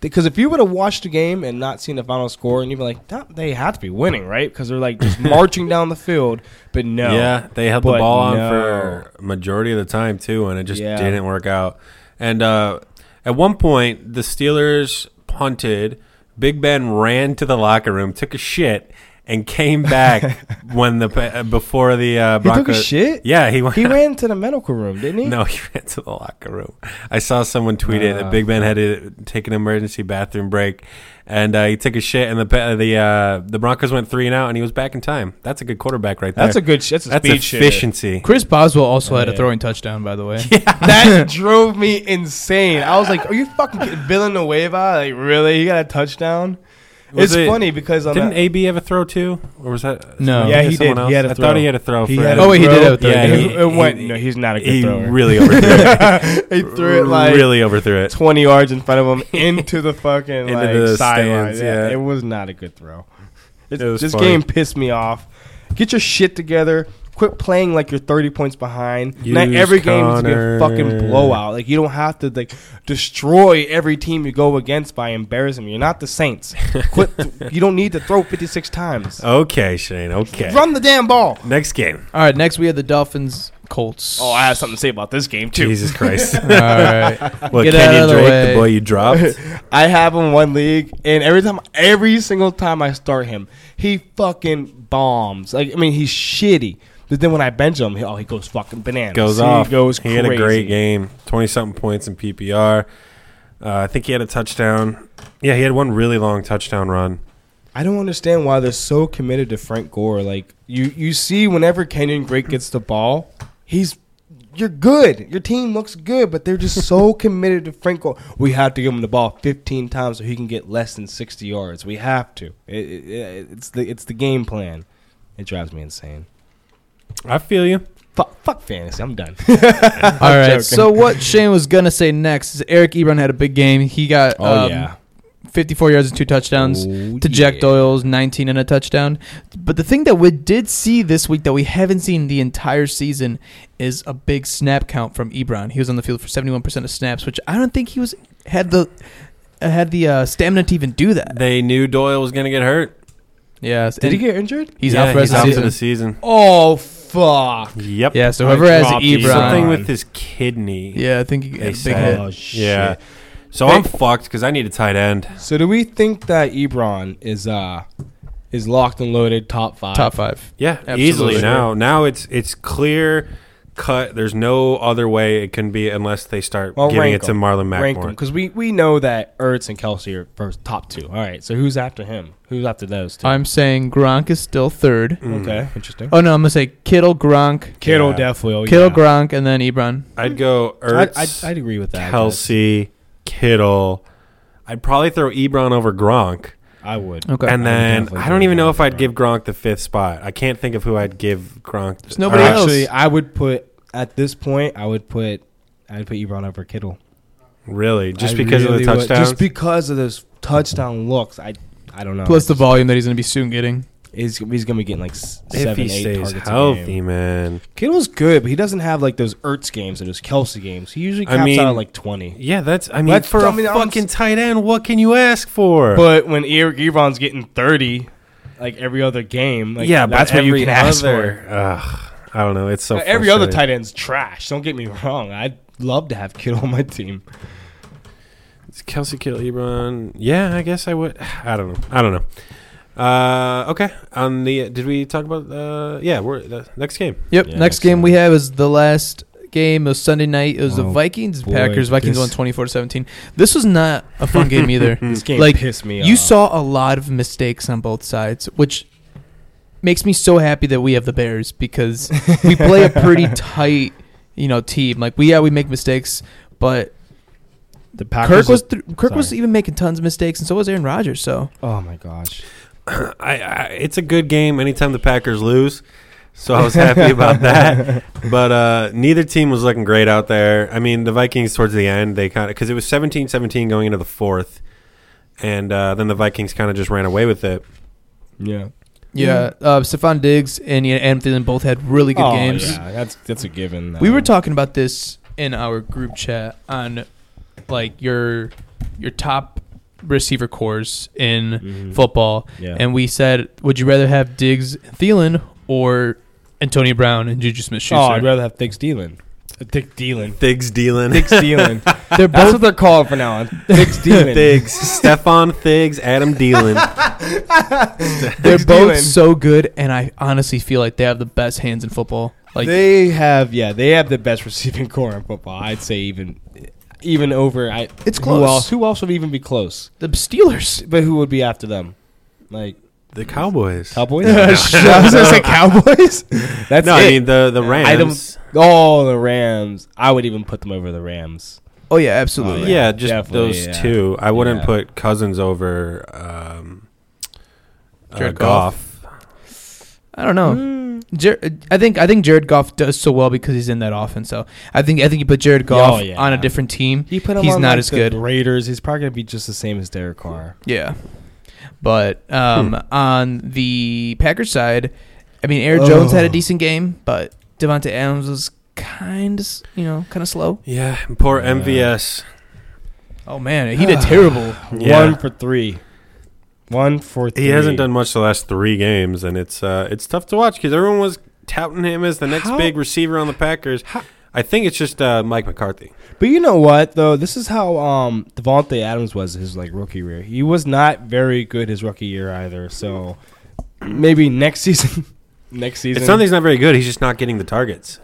B: Because if you would have watched the game and not seen the final score, and you'd be like, "That- they have to be winning, right? Because they're like [laughs] just marching down the field, but
A: [laughs]
B: no,
A: Yeah, they held
B: But
A: the ball on
B: no.
A: for majority of the time too, and it just
B: Yeah.
A: didn't work out. And uh, at one point, the Steelers punted. Big Ben ran to the locker room, took a shit, and came
B: [laughs]
A: back when the pa- before the uh,
B: he took a
A: Broncos-
B: shit.
A: Yeah, he [laughs] went.
B: He ran to the medical room, didn't he?
A: [laughs] No, he ran to the locker room. I saw someone tweet it that
B: Uh.
A: Big Ben had to take an emergency bathroom break, and uh, he took a shit, and the pa- the uh, the Broncos went three and out, and he was back in time. That's a good quarterback right there.
B: That's a good. Sh- that's a
A: that's
B: speed shitter.
A: [laughs] efficiency.
C: Chris Boswell also had a
B: Yeah.
C: throwing touchdown, by the [laughs] way.
B: That drove me insane. I was like, "Are you fucking kidding? Villanueva? Like, really? You got a touchdown?"
A: Was
B: it's
A: it-
B: funny because I'm
A: Didn't
B: not-
A: AB have a throw too, or was that?
C: No.
B: Yeah,
A: was
B: he
A: that someone
B: did. He had a
A: I
B: throw.
A: thought he had a throw.
B: he
A: for
B: had
A: it.
B: a
C: Oh, wait, he did
B: throw.
C: have a throw.
A: Yeah,
B: it-
A: he-
B: it went.
A: he-
B: no, he's not a good
A: he
B: thrower.
A: really overthrew it.
B: he [laughs] threw it like
A: really overthrew it.
B: twenty yards in front of him
A: [laughs]
B: into the fucking
A: Into
B: like
A: the
B: sideline.
A: stands,
B: Yeah,
A: yeah.
B: it was not a good throw. It's,
A: It was
B: this
A: funny.
B: game pissed me off. Get your shit together. Quit playing like you're 30 points behind. not
A: Use
B: every game is a
A: Connor.
B: fucking blowout. Like you don't have to like destroy every team you go against by embarrassing them. You're not
A: [laughs]
B: the Saints. Quit. you don't need to throw 56 times.
A: Okay, Shane. Okay.
B: Run the damn ball.
A: Next game.
C: All right, next we have the Dolphins Colts.
B: Oh, I have something to say about this game too.
A: Jesus
B: [laughs]
A: Christ.
C: All right.
A: What
C: Get out
A: Kenyon
C: of the
A: Drake,
C: way.
A: the boy you dropped?
B: [laughs] I have him one league, and every time, every single time I start him, he fucking bombs. Like I mean, he's shitty. But then when I bench him, he, oh, he goes fucking bananas.
A: Goes
B: he
A: off.
B: Goes
A: he had a
B: crazy.
A: great game. Twenty something points in PPR. Uh, I think he had a touchdown. Yeah, he had one really long touchdown run.
B: I don't understand why they're so committed to Frank Gore. Like you, you see, whenever Kenyon Drake gets the ball, he's you're good. Your team looks good, but they're just
C: [laughs]
B: so committed to Frank Gore. We have to give him the ball 15 times so he can get less than 60 yards. We have to. It, it, it- it's the it's the game plan. It drives me insane.
A: I feel you.
B: Fuck, fuck fantasy. I'm
C: [laughs]
B: done.
C: [laughs] Um, All right.
B: joking.
C: So what Shane was gonna say next is Eric Ebron had a big game. He got um, 54 yards and two touchdowns.
B: Oh,
C: to Jack
B: yeah.
C: Doyle's 19 and a touchdown. But the thing that we did see this week that we haven't seen the entire season is a big snap count from Ebron. He was on the field for 71% of snaps, which I don't think he was had the uh, had the uh, stamina to even do that.
A: They knew Doyle was going to get hurt.
C: Yeah.
B: Did he get injured?
C: He's
A: Yeah,
C: out for the rest
A: he's
C: of
A: out for
C: the season.
A: the season.
B: Oh fuck.
A: Yep.
C: yeah. So
B: I
C: whoever has
B: dropped
C: Ebron,
A: Something
B: Ebron.
A: with his kidney.
C: yeah, I think he
A: They
C: had a big
A: said.
C: hit.
B: Oh shit.
A: Yeah. So
B: Hey.
A: I'm fucked because I need a tight end.
B: So do we think that Ebron is uh is locked and loaded top five?
C: Top five.
A: Yeah,
C: Absolutely.
A: easily now. Now it's it's clear cut. There's no other way it can be unless they start
B: Well,
A: giving
B: rank
A: it to
B: 'em.
A: Marlon
B: rank them
A: Mackmore.
B: because we, we know that Ertz and Kelsey are first top two. All right, so who's after him? Who's after those two?
C: I'm saying Gronk is still third.
A: Mm.
B: okay, interesting.
C: Oh no, I'm gonna say Kittle, Gronk,
B: Kittle
A: Hmm. Yeah.
B: definitely. oh,
C: Kittle,
B: yeah.
C: Gronk, and then Ebron.
A: I'd go
B: I'd,
A: Ertz,
B: I'd, I'd agree with that.
A: Kelsey, Kittle. I'd probably throw Ebron over Gronk,
B: but I would.
C: Okay.
A: and then
B: I would definitely
A: I don't
B: throw
A: even know
B: Gronk
A: if I'd
B: over
A: give Gronk the fifth spot. I can't think of who I'd give Gronk. There's
C: nobody else.
B: Actually, I would put at this point. I would put. I would put Ebron over Kittle
A: Really, just
B: I
A: because
B: really
A: of
B: would.
A: the touchdowns.
B: Just because of those touchdown looks. I I
A: Oh,
B: don't know.
C: Plus the volume that he's gonna be soon getting.
B: he's, he's gonna be getting like s-
A: if
B: seven,
A: he
B: eight
A: stays
B: targets a
A: healthy,
B: game.
A: man.
B: Kittle's good, but he doesn't have like those Ertz games or those Kelsey games. He usually
A: I
B: caps
A: mean-
B: out at like twenty.
A: Yeah, that's. I mean,
B: That's-
A: for
B: I
A: a
B: mean, I'm
A: fucking tight end, what can you ask for?
B: But when Eric Ebron's getting thirty, like every other game, like,
A: yeah,
B: that's
A: but
B: what you
A: every
B: can ask
A: other-
B: for.
A: Ugh, I don't know. It's so
B: every other
A: frustrating.
B: tight end's trash. Don't get me wrong. I'd love to have Kittle on my team.
A: It's Kelsey Kittle, Ebron. Yeah, I guess I would. [sighs] I don't know. I don't know. Uh, okay. On the did we talk about? Uh, yeah, we're the next game. [clears throat]
C: Yep.
B: Yeah,
C: next
B: next
C: game
B: one.
C: we have is the last game of Sunday night. It was the
B: Oh,
C: Vikings,
B: boy,
C: Packers. Vikings
B: this-
C: won 24-17. This was not a fun
B: [laughs]
C: game either.
B: This game
C: Hmm. Like,
B: pissed me off.
C: You saw a lot of mistakes on both sides, which makes me so happy that we have the Bears because we play
B: [laughs]
C: a pretty tight, you know, team. Like we yeah, we make mistakes, but
B: the Packers.
C: Kirk was th- Kirk was
B: sorry.
C: even making tons of mistakes and so was Aaron Rodgers, so
B: oh my gosh.
A: I, I it's a good game. Anytime the Packers lose, so I was happy about that. But uh, neither team was looking great out there. I mean, the Vikings towards the end they kind of because it was 17-17 going into the fourth, and uh, then the Vikings kind of just ran away with it.
B: Yeah.
C: yeah, uh Stephon Diggs and yeah, Anthony both had really good
B: oh,
C: games.
B: Yeah, that's that's a given.
C: We
B: though.
C: were talking about this in our group chat on like your your top receiver cores in
B: Mhm.
C: football.
B: Yeah.
C: And we said, would you rather have Diggs and Thielen or Antonio Brown and Juju Smith
B: Oh, I'd
C: Schuster?
B: rather have Diggs Dealing. Dick Dealing.
A: Diggs dealing.
B: Dick Dealing.
C: They're
B: That's
C: both
B: what they're called for now. on. Diggs Dealing.
A: Thiggs, Stefan Thiggs, Adam Dealing.
C: they're
B: Diggs
C: both
B: Thielen.
C: so good and I honestly feel like they have the best hands in football. Like
B: they have, yeah, they have the best [laughs] receiving core in football. I'd say even, even over. I,
C: It's
B: Who
C: close.
B: else? Who else would even be close?
C: the Steelers.
B: But who would be after them? Like
A: The Cowboys.
C: [laughs]
B: Cowboys? [laughs] I was gonna say Cowboys. [laughs] That's
A: no,
B: it.
A: I mean the the Rams.
B: I don't- oh, the Rams. I would even put them over the Rams.
C: Oh yeah, absolutely.
B: Oh,
A: yeah, just
B: Definitely,
A: those
B: yeah.
A: two. I wouldn't
B: Yeah.
A: put Cousins over um, uh,
C: Jared
A: Goff.
C: I don't know.
B: Hmm.
C: Jer- I think I think Jared Goff does so well because he's in that offense. So I think I think you put Jared Goff
B: Oh, yeah.
C: on a different team.
B: You put
C: He's not as
B: the
C: good.
B: Raiders. He's probably gonna be just the same as Derek Carr.
C: Yeah. But um, on the Packers side, I mean, Aaron Jones had a
B: Ugh.
C: decent game, but Devonta Adams was kind of, you know, kind of slow.
A: Yeah, and poor
B: Yeah.
A: MVS.
C: Oh man, [sighs] he did terrible.
A: Yeah.
B: One for three. One for three.
A: He hasn't done much the last three games, and it's uh, it's tough to watch because everyone was touting him as the next
B: How-
A: big receiver on the Packers.
B: How-
A: I think it's just uh, Mike McCarthy.
B: But you know what though? This is how um Devontae Adams was his like rookie year. He was not very good his rookie year either. So maybe next [laughs] season. next season.
A: It's not that he's not very good. He's just not getting the targets.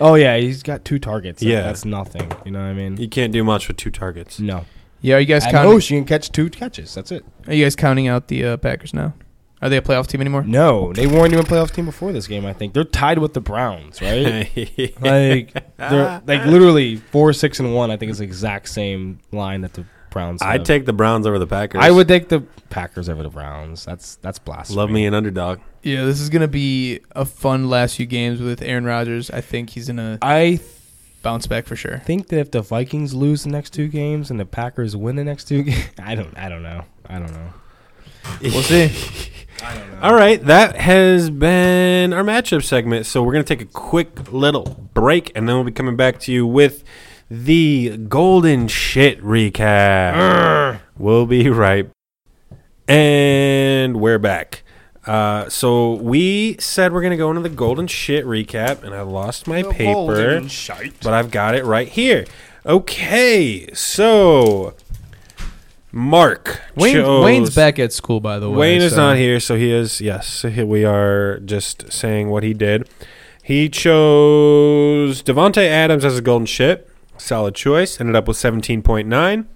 B: oh yeah, he's got two targets.
A: Yeah.
B: Yeah, that's nothing. You know what I mean?
A: You can't do much with two targets.
B: no.
C: Yeah, are you guys
B: At
C: counting?
B: most, you can catch two catches. That's it.
C: Are you guys counting out the uh, Packers now? Are they a playoff team anymore?
B: No, they weren't even a playoff team before this game. I think they're tied with the Browns,
A: [laughs]
B: right? Mm. like, they're like literally four, six, and one. I think is the exact same line that the Browns.
A: I'd
B: have.
A: take the Browns over the Packers.
B: I would take the Packers over the Browns. That's that's blasphemy.
A: love me an underdog.
C: Yeah, this is gonna be a fun last few games with Aaron Rodgers. I think he's gonna
B: I
C: bounce back for sure.
B: think that if the Vikings lose the next two games and the Packers win the next two [laughs] games, I don't. I don't know. I don't know.
C: We'll see.
A: All right, that has been our matchup segment. So we're going to take a quick little break, and then we'll be coming back to you with the golden shit recap. We'll be right. And we're back. Uh, so we said we're going to go into the golden shit recap, and I lost my paper, but I've got it right here. Okay, so Mark
C: Wayne,
A: chose-
C: Wayne's back at school, by the way.
A: Wayne is
C: so-
A: not here, so he is yes. he- We are just saying what he did. He chose Devonte Adams as a golden shit. Solid choice. Ended up with 17.9.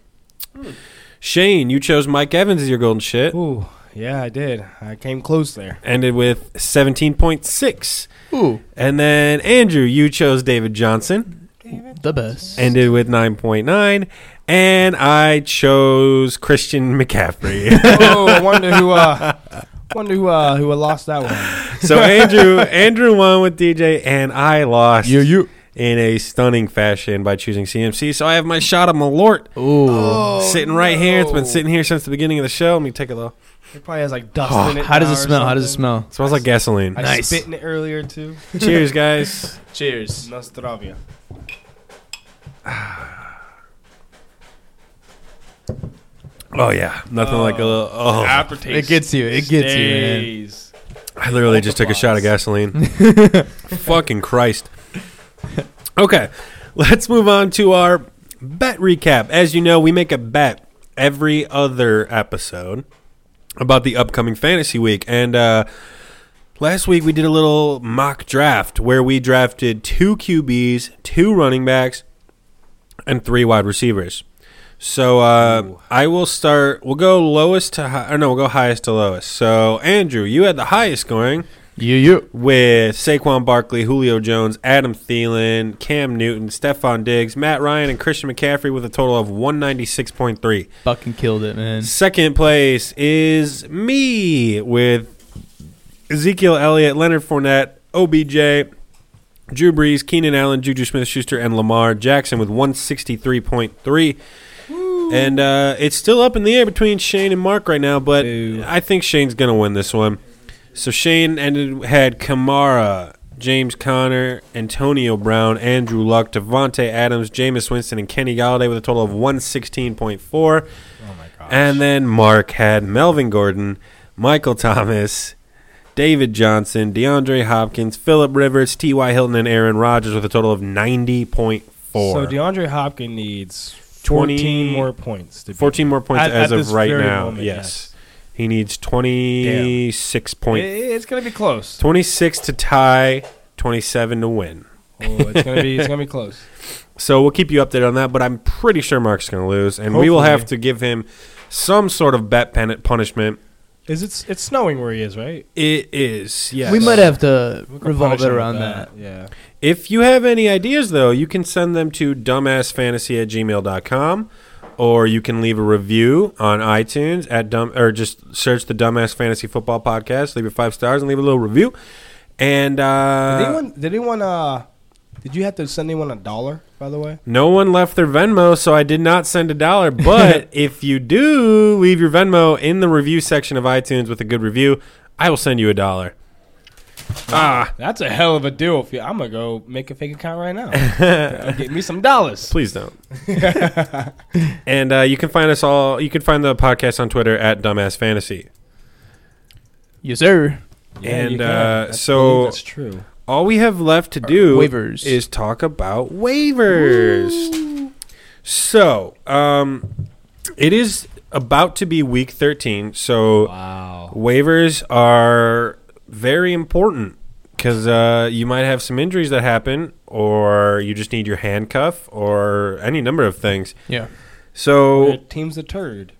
A: Shane, you chose Mike Evans as your golden shit.
B: [laughs] Ooh, yeah, I did. I came close there.
A: Ended with 17.6.
C: Ooh,
A: And then Andrew, you chose David Johnson.
C: the best.
A: Ended with 9.9. And I chose Christian McCaffrey.
B: [laughs]
A: [laughs]
B: oh, I wonder who. [laughs] Uh, wonder who. Uh, who lost that
A: [laughs]
B: one.
A: so Andrew Andrew won with DJ and I lost
B: you.
A: in a stunning fashion by choosing CMC. So I have my shot of Malort
C: Ooh,
A: sitting right here. It's been sitting here since the beginning of the show. Let me take a little.
B: It probably has like dust in it.
C: how does
B: now or
C: it smell? How does it
B: something.
C: smell?
A: It smells like gasoline.
B: I
C: Nice.
B: spit in it
A: [laughs]
B: earlier too.
A: Cheers, guys.
C: Cheers.
B: Nostravia.
A: Oh yeah, nothing like a little. Oh,
B: Aftertaste.
C: It gets you. It gets you. Man.
B: Stays.
A: I literally just took a shot of gasoline. Fucking Christ. Okay, let's move on to our bet recap. As you know, we make a bet every other episode about the upcoming fantasy week, and uh, last week we did a little mock draft where we drafted two QBs, two running backs, and three wide receivers. So uh, I will start. We'll go lowest to high. Or no, we'll go highest to lowest. So Andrew, you had the highest scoring
C: You you.
A: with Saquon Barkley, Julio Jones, Adam Thielen, Cam Newton, Stephon Diggs, Matt Ryan, and Christian McCaffrey with a total of 196.3.
C: Fucking killed it, man.
A: Second place is me with Ezekiel Elliott, Leonard Fournette, OBJ, Drew Brees, Keenan Allen, Juju Smith Schuster, and Lamar Jackson with 163.3. And uh, it's still up in the air between Shane and Mark right now, but
B: Ooh.
A: I think Shane's going to win this one. So Shane ended had Kamara, James Conner, Antonio Brown, Andrew Luck, Devontae Adams, Jameis Winston, and Kenny Galladay with a total of 116.4.
B: Oh my god.
A: And then Mark had Melvin Gordon, Michael Thomas, David Johnson, DeAndre Hopkins, Philip Rivers, T.Y. Hilton, and Aaron Rodgers with a total of 90.4.
B: So DeAndre Hopkins needs
A: 20
B: 14 more points. To be-
A: 14 more points
B: At-
A: as
B: at
A: of
B: this
A: right
B: very
A: now.
B: moment,
A: yes. He needs 26
B: It-
A: points.
B: It's gonna be close.
A: 26 to tie, 27 to win.
B: Oh, it's gonna be. It's gonna be close. [laughs]
A: So we'll keep you updated on that, but I'm pretty sure Mark's going to lose, and we will
B: Hopefully.
A: have to give him some sort of bet pen- punishment.
B: Is it? It's snowing where he is, right?
A: It is, yes.
C: We might have to
B: We can
C: revolve
B: punish
C: it
B: him with
C: around that.
B: Yeah.
A: If you have any ideas, though, you can send them to dumbassfantasy at gmail.com or you can leave a review on iTunes at dumb or just search the Dumbass Fantasy Football Podcast, leave it five stars and leave a little review. And uh,
B: did anyone? Did anyone? Uh, did you have to send anyone a dollar? By the way.
A: no one left their Venmo, so I did not send a dollar. But if you do leave your Venmo in the review section of iTunes with a good review, I will send you a dollar. Ah,
B: That's a hell of a deal. If you, I'm gonna go make a fake account
A: [laughs]
B: right now. Uh, Get me some dollars.
A: Please don't. and uh, you can find us all. You can find the podcast on Twitter at Dumbass Fantasy.
C: Yes, sir.
A: And,
B: you can.
A: uh,
B: I
A: so-
B: believe that's true.
A: All we have left to do
C: Waivers.
A: is talk about waivers. So, um, it is about to be week thirteen. So
B: Wow.
A: waivers are very important because uh, you might have some injuries that happen, or you just need your handcuff, or any number of things.
C: Yeah.
A: So
B: Your team's deterred.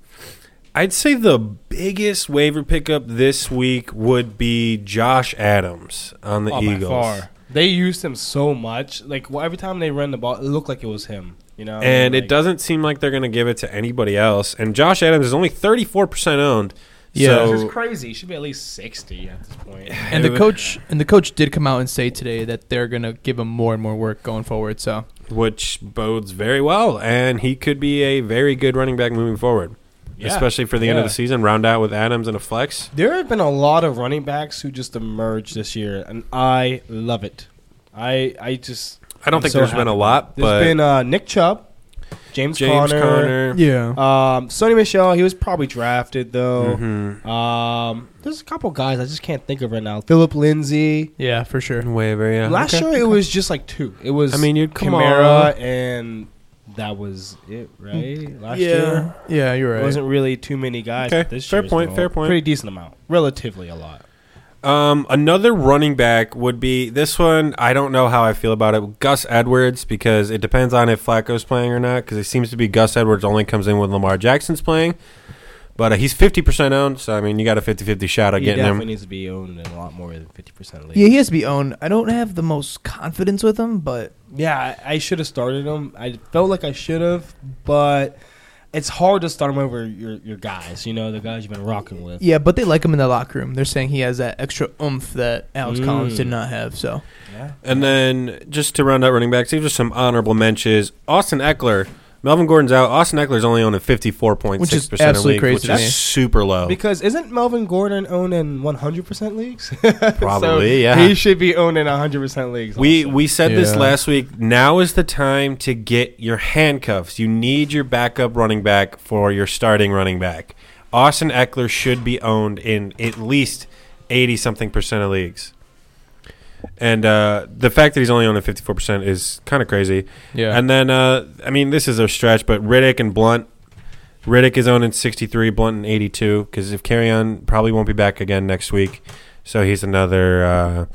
A: I'd say the biggest waiver pickup this week would be Josh Adams on the
B: oh,
A: Eagles.
B: By far. They used him so much. Like well, every time they ran the ball, it looked like it was him. You know.
A: And
B: Like,
A: it doesn't seem like they're going to give it to anybody else. And Josh Adams is only 34% owned.
C: Yeah.
B: Which is
A: So
B: crazy. He should be at least sixty at this point.
A: [laughs]
C: And the
A: It-
C: coach and the coach did come out and say today that they're gonna give him more and more work going forward. So
A: which bodes very well. And he could be a very good running back moving forward,
B: Yeah.
A: especially for the end of
B: Yeah.
A: the season. Round out with Adams and a flex.
B: There have been a lot of running backs who just emerged this year, and I love it. I I just
A: I don't
B: I'm
A: think
B: so
A: there's been
B: happy.
A: a lot,
B: there's
A: but
B: been uh, Nick Chubb, James,
A: James
B: Conner,
A: Conner.
C: yeah,
B: um, Sonny Michelle. He was probably drafted though.
A: Mhm.
B: Um, there's a couple guys I just can't think of right now. Philip Lindsay.
C: yeah, for sure.
A: Waiver, yeah.
B: Last
A: Okay.
B: year it was just like two. It was
A: I mean, you'd come
B: Kamara and that was it, right? Last year
C: yeah, you're
B: it
C: right.
B: wasn't really too many guys.
A: Mm, Okay,
B: but This
A: fair
B: year's
A: point,
B: been a
A: fair point.
B: Pretty decent amount, relatively a lot.
A: Um, another running back would be this one. I don't know how I feel about it. Gus Edwards, because it depends on if Flacco's playing or not. Because it seems to be Gus Edwards only comes in when Lamar Jackson's playing. But uh, he's 50% owned, so I mean, you got a 50 50 shot of
B: he
A: getting
B: definitely
A: him.
B: needs to be owned in a lot more than fifty percent league.
C: Yeah, he has to be owned. I don't have the most confidence with him, but
B: Yeah, I, I should have started him. I felt like I should have, but it's hard to start him over your, your guys. You know, the guys you've been rocking with.
C: yeah, but they like him in the locker room. They're saying he has that extra oomph that Alex
B: Mm.
C: Collins did not have. So
B: Yeah.
A: And then just to round out running backs, these are some honorable mentions. Austin Eckler. Melvin Gordon's out. Austin Eckler's only owned at 54.6%
C: Which is
A: of
C: absolutely
A: leagues,
C: crazy
A: which
C: to
A: is
C: me.
A: super low.
B: Because isn't Melvin Gordon owned in 100% leagues? [laughs] So
A: Probably, yeah.
B: He should be owned in 100% leagues.
A: We
B: also.
A: we said this
C: Yeah.
A: last week. Now is the time to get your handcuffs. You need your backup running back for your starting running back. Austin Eckler should be owned in at least eighty something percent of leagues. And uh, the fact that he's only owned at fifty four percent is kind of crazy.
C: yeah,
A: And then uh, I mean, this is a stretch, but Riddick and Blunt. Riddick is owned in sixty three, Blunt in eighty two. Because if Carrion probably won't be back again next week, so he's another, uh,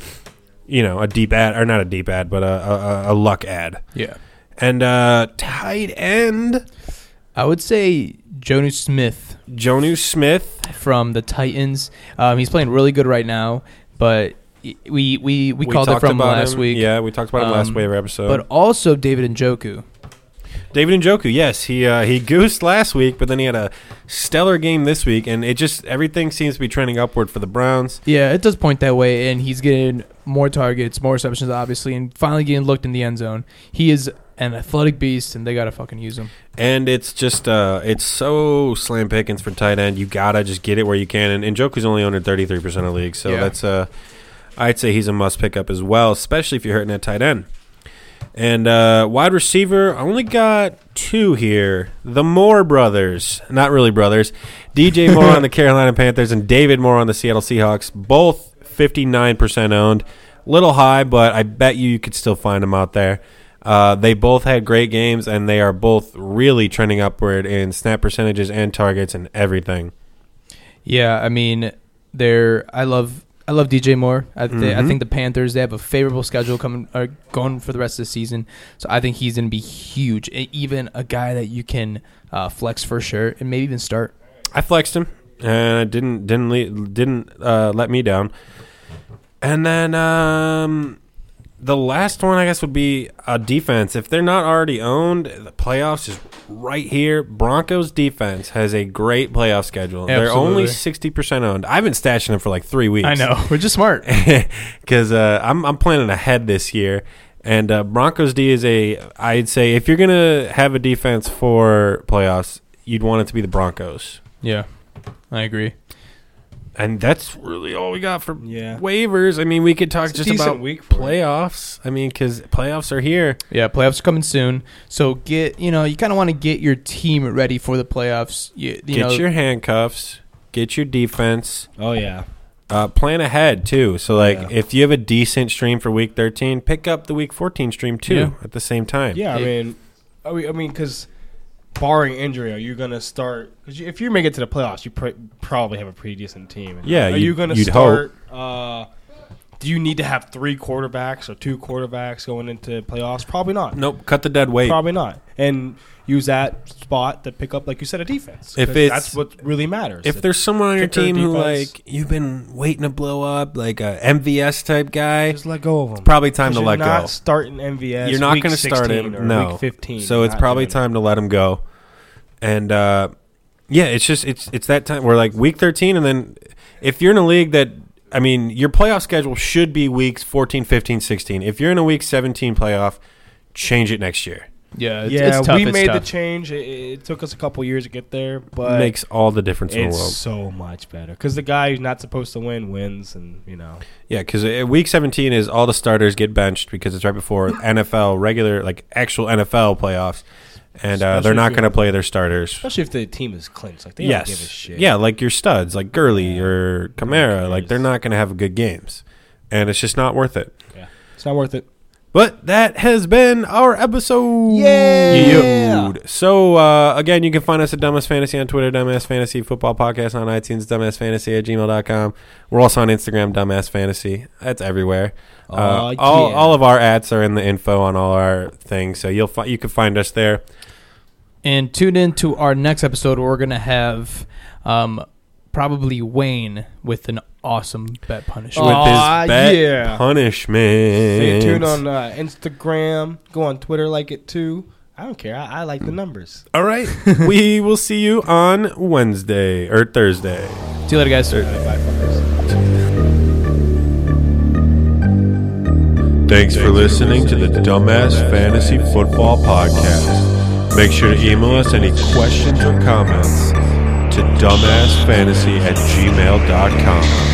A: you know, a deep ad or not a deep ad, but a, a, a- a luck ad.
C: yeah.
A: And uh, tight end
C: I would say Jonu Smith
A: Jonu Smith.
C: from the Titans. Um, he's playing really good right now, but y- we we, we, called it
A: talked
C: from
A: about
C: last
A: him.
C: week.
A: Yeah, we talked about him last
C: Um,
A: waiver episode.
C: But also David Njoku.
A: David Njoku, yes, he uh, he [laughs] goosed last week, but then he had a stellar game this week, and it just everything seems to be trending upward for the Browns.
C: Yeah, it does point that way, and he's getting more targets, more receptions, obviously, and finally getting looked in the end zone. He is an athletic beast, and they gotta fucking use him.
A: And it's just uh it's so slim pickings for tight end. You gotta just get it where you can. And, and Joku's only owned in thirty three percent of leagues, so
C: Yeah.
A: that's uh I'd say he's a must pick up as well, especially if you're hurting at tight end. And uh, wide receiver, I only got two here. The Moore brothers, not really brothers. DJ Moore on the Carolina Panthers and David Moore on the Seattle Seahawks, both 59% owned. Little high, but I bet you you could still find them out there. Uh, they both had great games, and they are both really trending upward in snap percentages and targets and everything.
C: Yeah, I mean, they're I love I love DJ Moore. I, th- I
A: Mhm.
C: think the Panthers they have a favorable schedule coming or going for the rest of the season, so I think he's gonna be huge. E- Even a guy that you can uh, flex for sure, and maybe even start.
A: I flexed him and it didn't didn't le- didn't uh, let me down. And then um, the last one I guess would be a defense. If they're not already owned, the playoffs is right here. Broncos defense has a great playoff schedule. They're only
C: Absolutely.
A: sixty percent owned. I've been stashing them for like three weeks [laughs]
C: [laughs] we're just smart.
A: because uh, I'm I'm planning ahead this year. And uh, Broncos D is a I'd say if you're gonna have a defense for playoffs, you'd want it to be the Broncos.
C: yeah, I agree.
A: And that's really all we got for
B: Yeah.
A: waivers. I mean, we could talk
B: It's a
A: just
B: decent
A: about
B: week for it.
A: playoffs. I mean, because playoffs are here.
C: Yeah, playoffs are coming soon, so get you know you kind of want to get your team ready for the playoffs. You, you
A: get
C: know,
A: your handcuffs. Get your defense.
B: Oh, yeah.
A: Uh, plan ahead too. So, like,
B: Yeah.
A: if you have a decent stream for week thirteen, pick up the week fourteen stream too
C: Yeah.
A: at the same time.
B: Yeah, I
C: Yeah.
B: mean, I mean, I mean, because barring injury, are you gonna start? Because if you make it to the playoffs, you pr- probably have a pretty decent team.
A: Yeah,
B: are
A: you'd-
B: you gonna
A: you'd
B: start? Uh, do you need to have three quarterbacks or two quarterbacks going into playoffs? Probably not.
A: Nope. Cut the dead weight.
B: Probably not. And use that spot to pick up, like you said, a defense.
A: If
B: 'Cause
A: it's-
B: that's what really matters.
A: If there's someone on your
B: Kicker,
A: team who
B: defense.
A: like you've been waiting to blow up, like a MVS type guy,
B: just let go of them.
A: probably time to
B: you're
A: let go.
B: not starting MVS.
A: You're not
B: going to
A: start him.
B: Or
A: no,
B: week 15.
A: So it's
B: Not
A: probably
B: doing it.
A: time to let him go. And uh, yeah, it's just it's it's that time. We're like week 13, and then if you're in a league that I mean, your playoff schedule should be weeks 14, 15, 16. If you're in a week 17 playoff, change it next year.
C: yeah, it's,
B: yeah,
C: it's tough.
B: we
C: it's
B: made
C: tough.
B: the change. It, it took us a couple years to get there, but
A: Makes all the difference in the
B: it's
A: world.
B: so much better because the guy who's not supposed to win wins, and you know,
A: Yeah, because week 17 is all the starters get benched because it's right
B: [laughs]
A: before NFL regular like actual NFL playoffs, and uh,
B: Especially
A: they're
B: if
A: not
B: you're-
A: going to play their starters.
B: especially if the team is clinched, like they
A: yes.
B: don't give a shit.
A: Yeah, like your studs, like Gurley
B: Yeah.
A: or Kamara,
B: cares?
A: like they're not going to have good games, and it's just not worth it.
B: Yeah. it's not worth it.
A: But that has been our episode.
B: Yeah.
A: So uh, again, you can find us at Dumbass Fantasy on Twitter, Dumbass Fantasy Football Podcast on iTunes, Dumbass Fantasy at gmail.com. We're also on Instagram, Dumbass Fantasy. That's everywhere. Uh,
B: Aw,
A: all,
B: yeah.
A: all of our ads are in the info on all our things, so you'll fi- you can find us there.
C: And tune in to our next episode where we're going to have um, probably Wayne with an awesome bet
A: With
C: punishment.
B: Oh. Aw,
A: his bet
B: yeah.
A: punishment.
B: Stay tuned on uh, Instagram. Go on Twitter, like it too. I don't care. I, I like the numbers.
A: All [laughs] right. we will see you on Wednesday or Thursday.
C: See you later, guys.
B: Bye, fuckers.
A: Thanks for listening to the Dumbass Fantasy Football Podcast. Make sure to email us any questions or comments to dumbasssfantasy at gmail.com.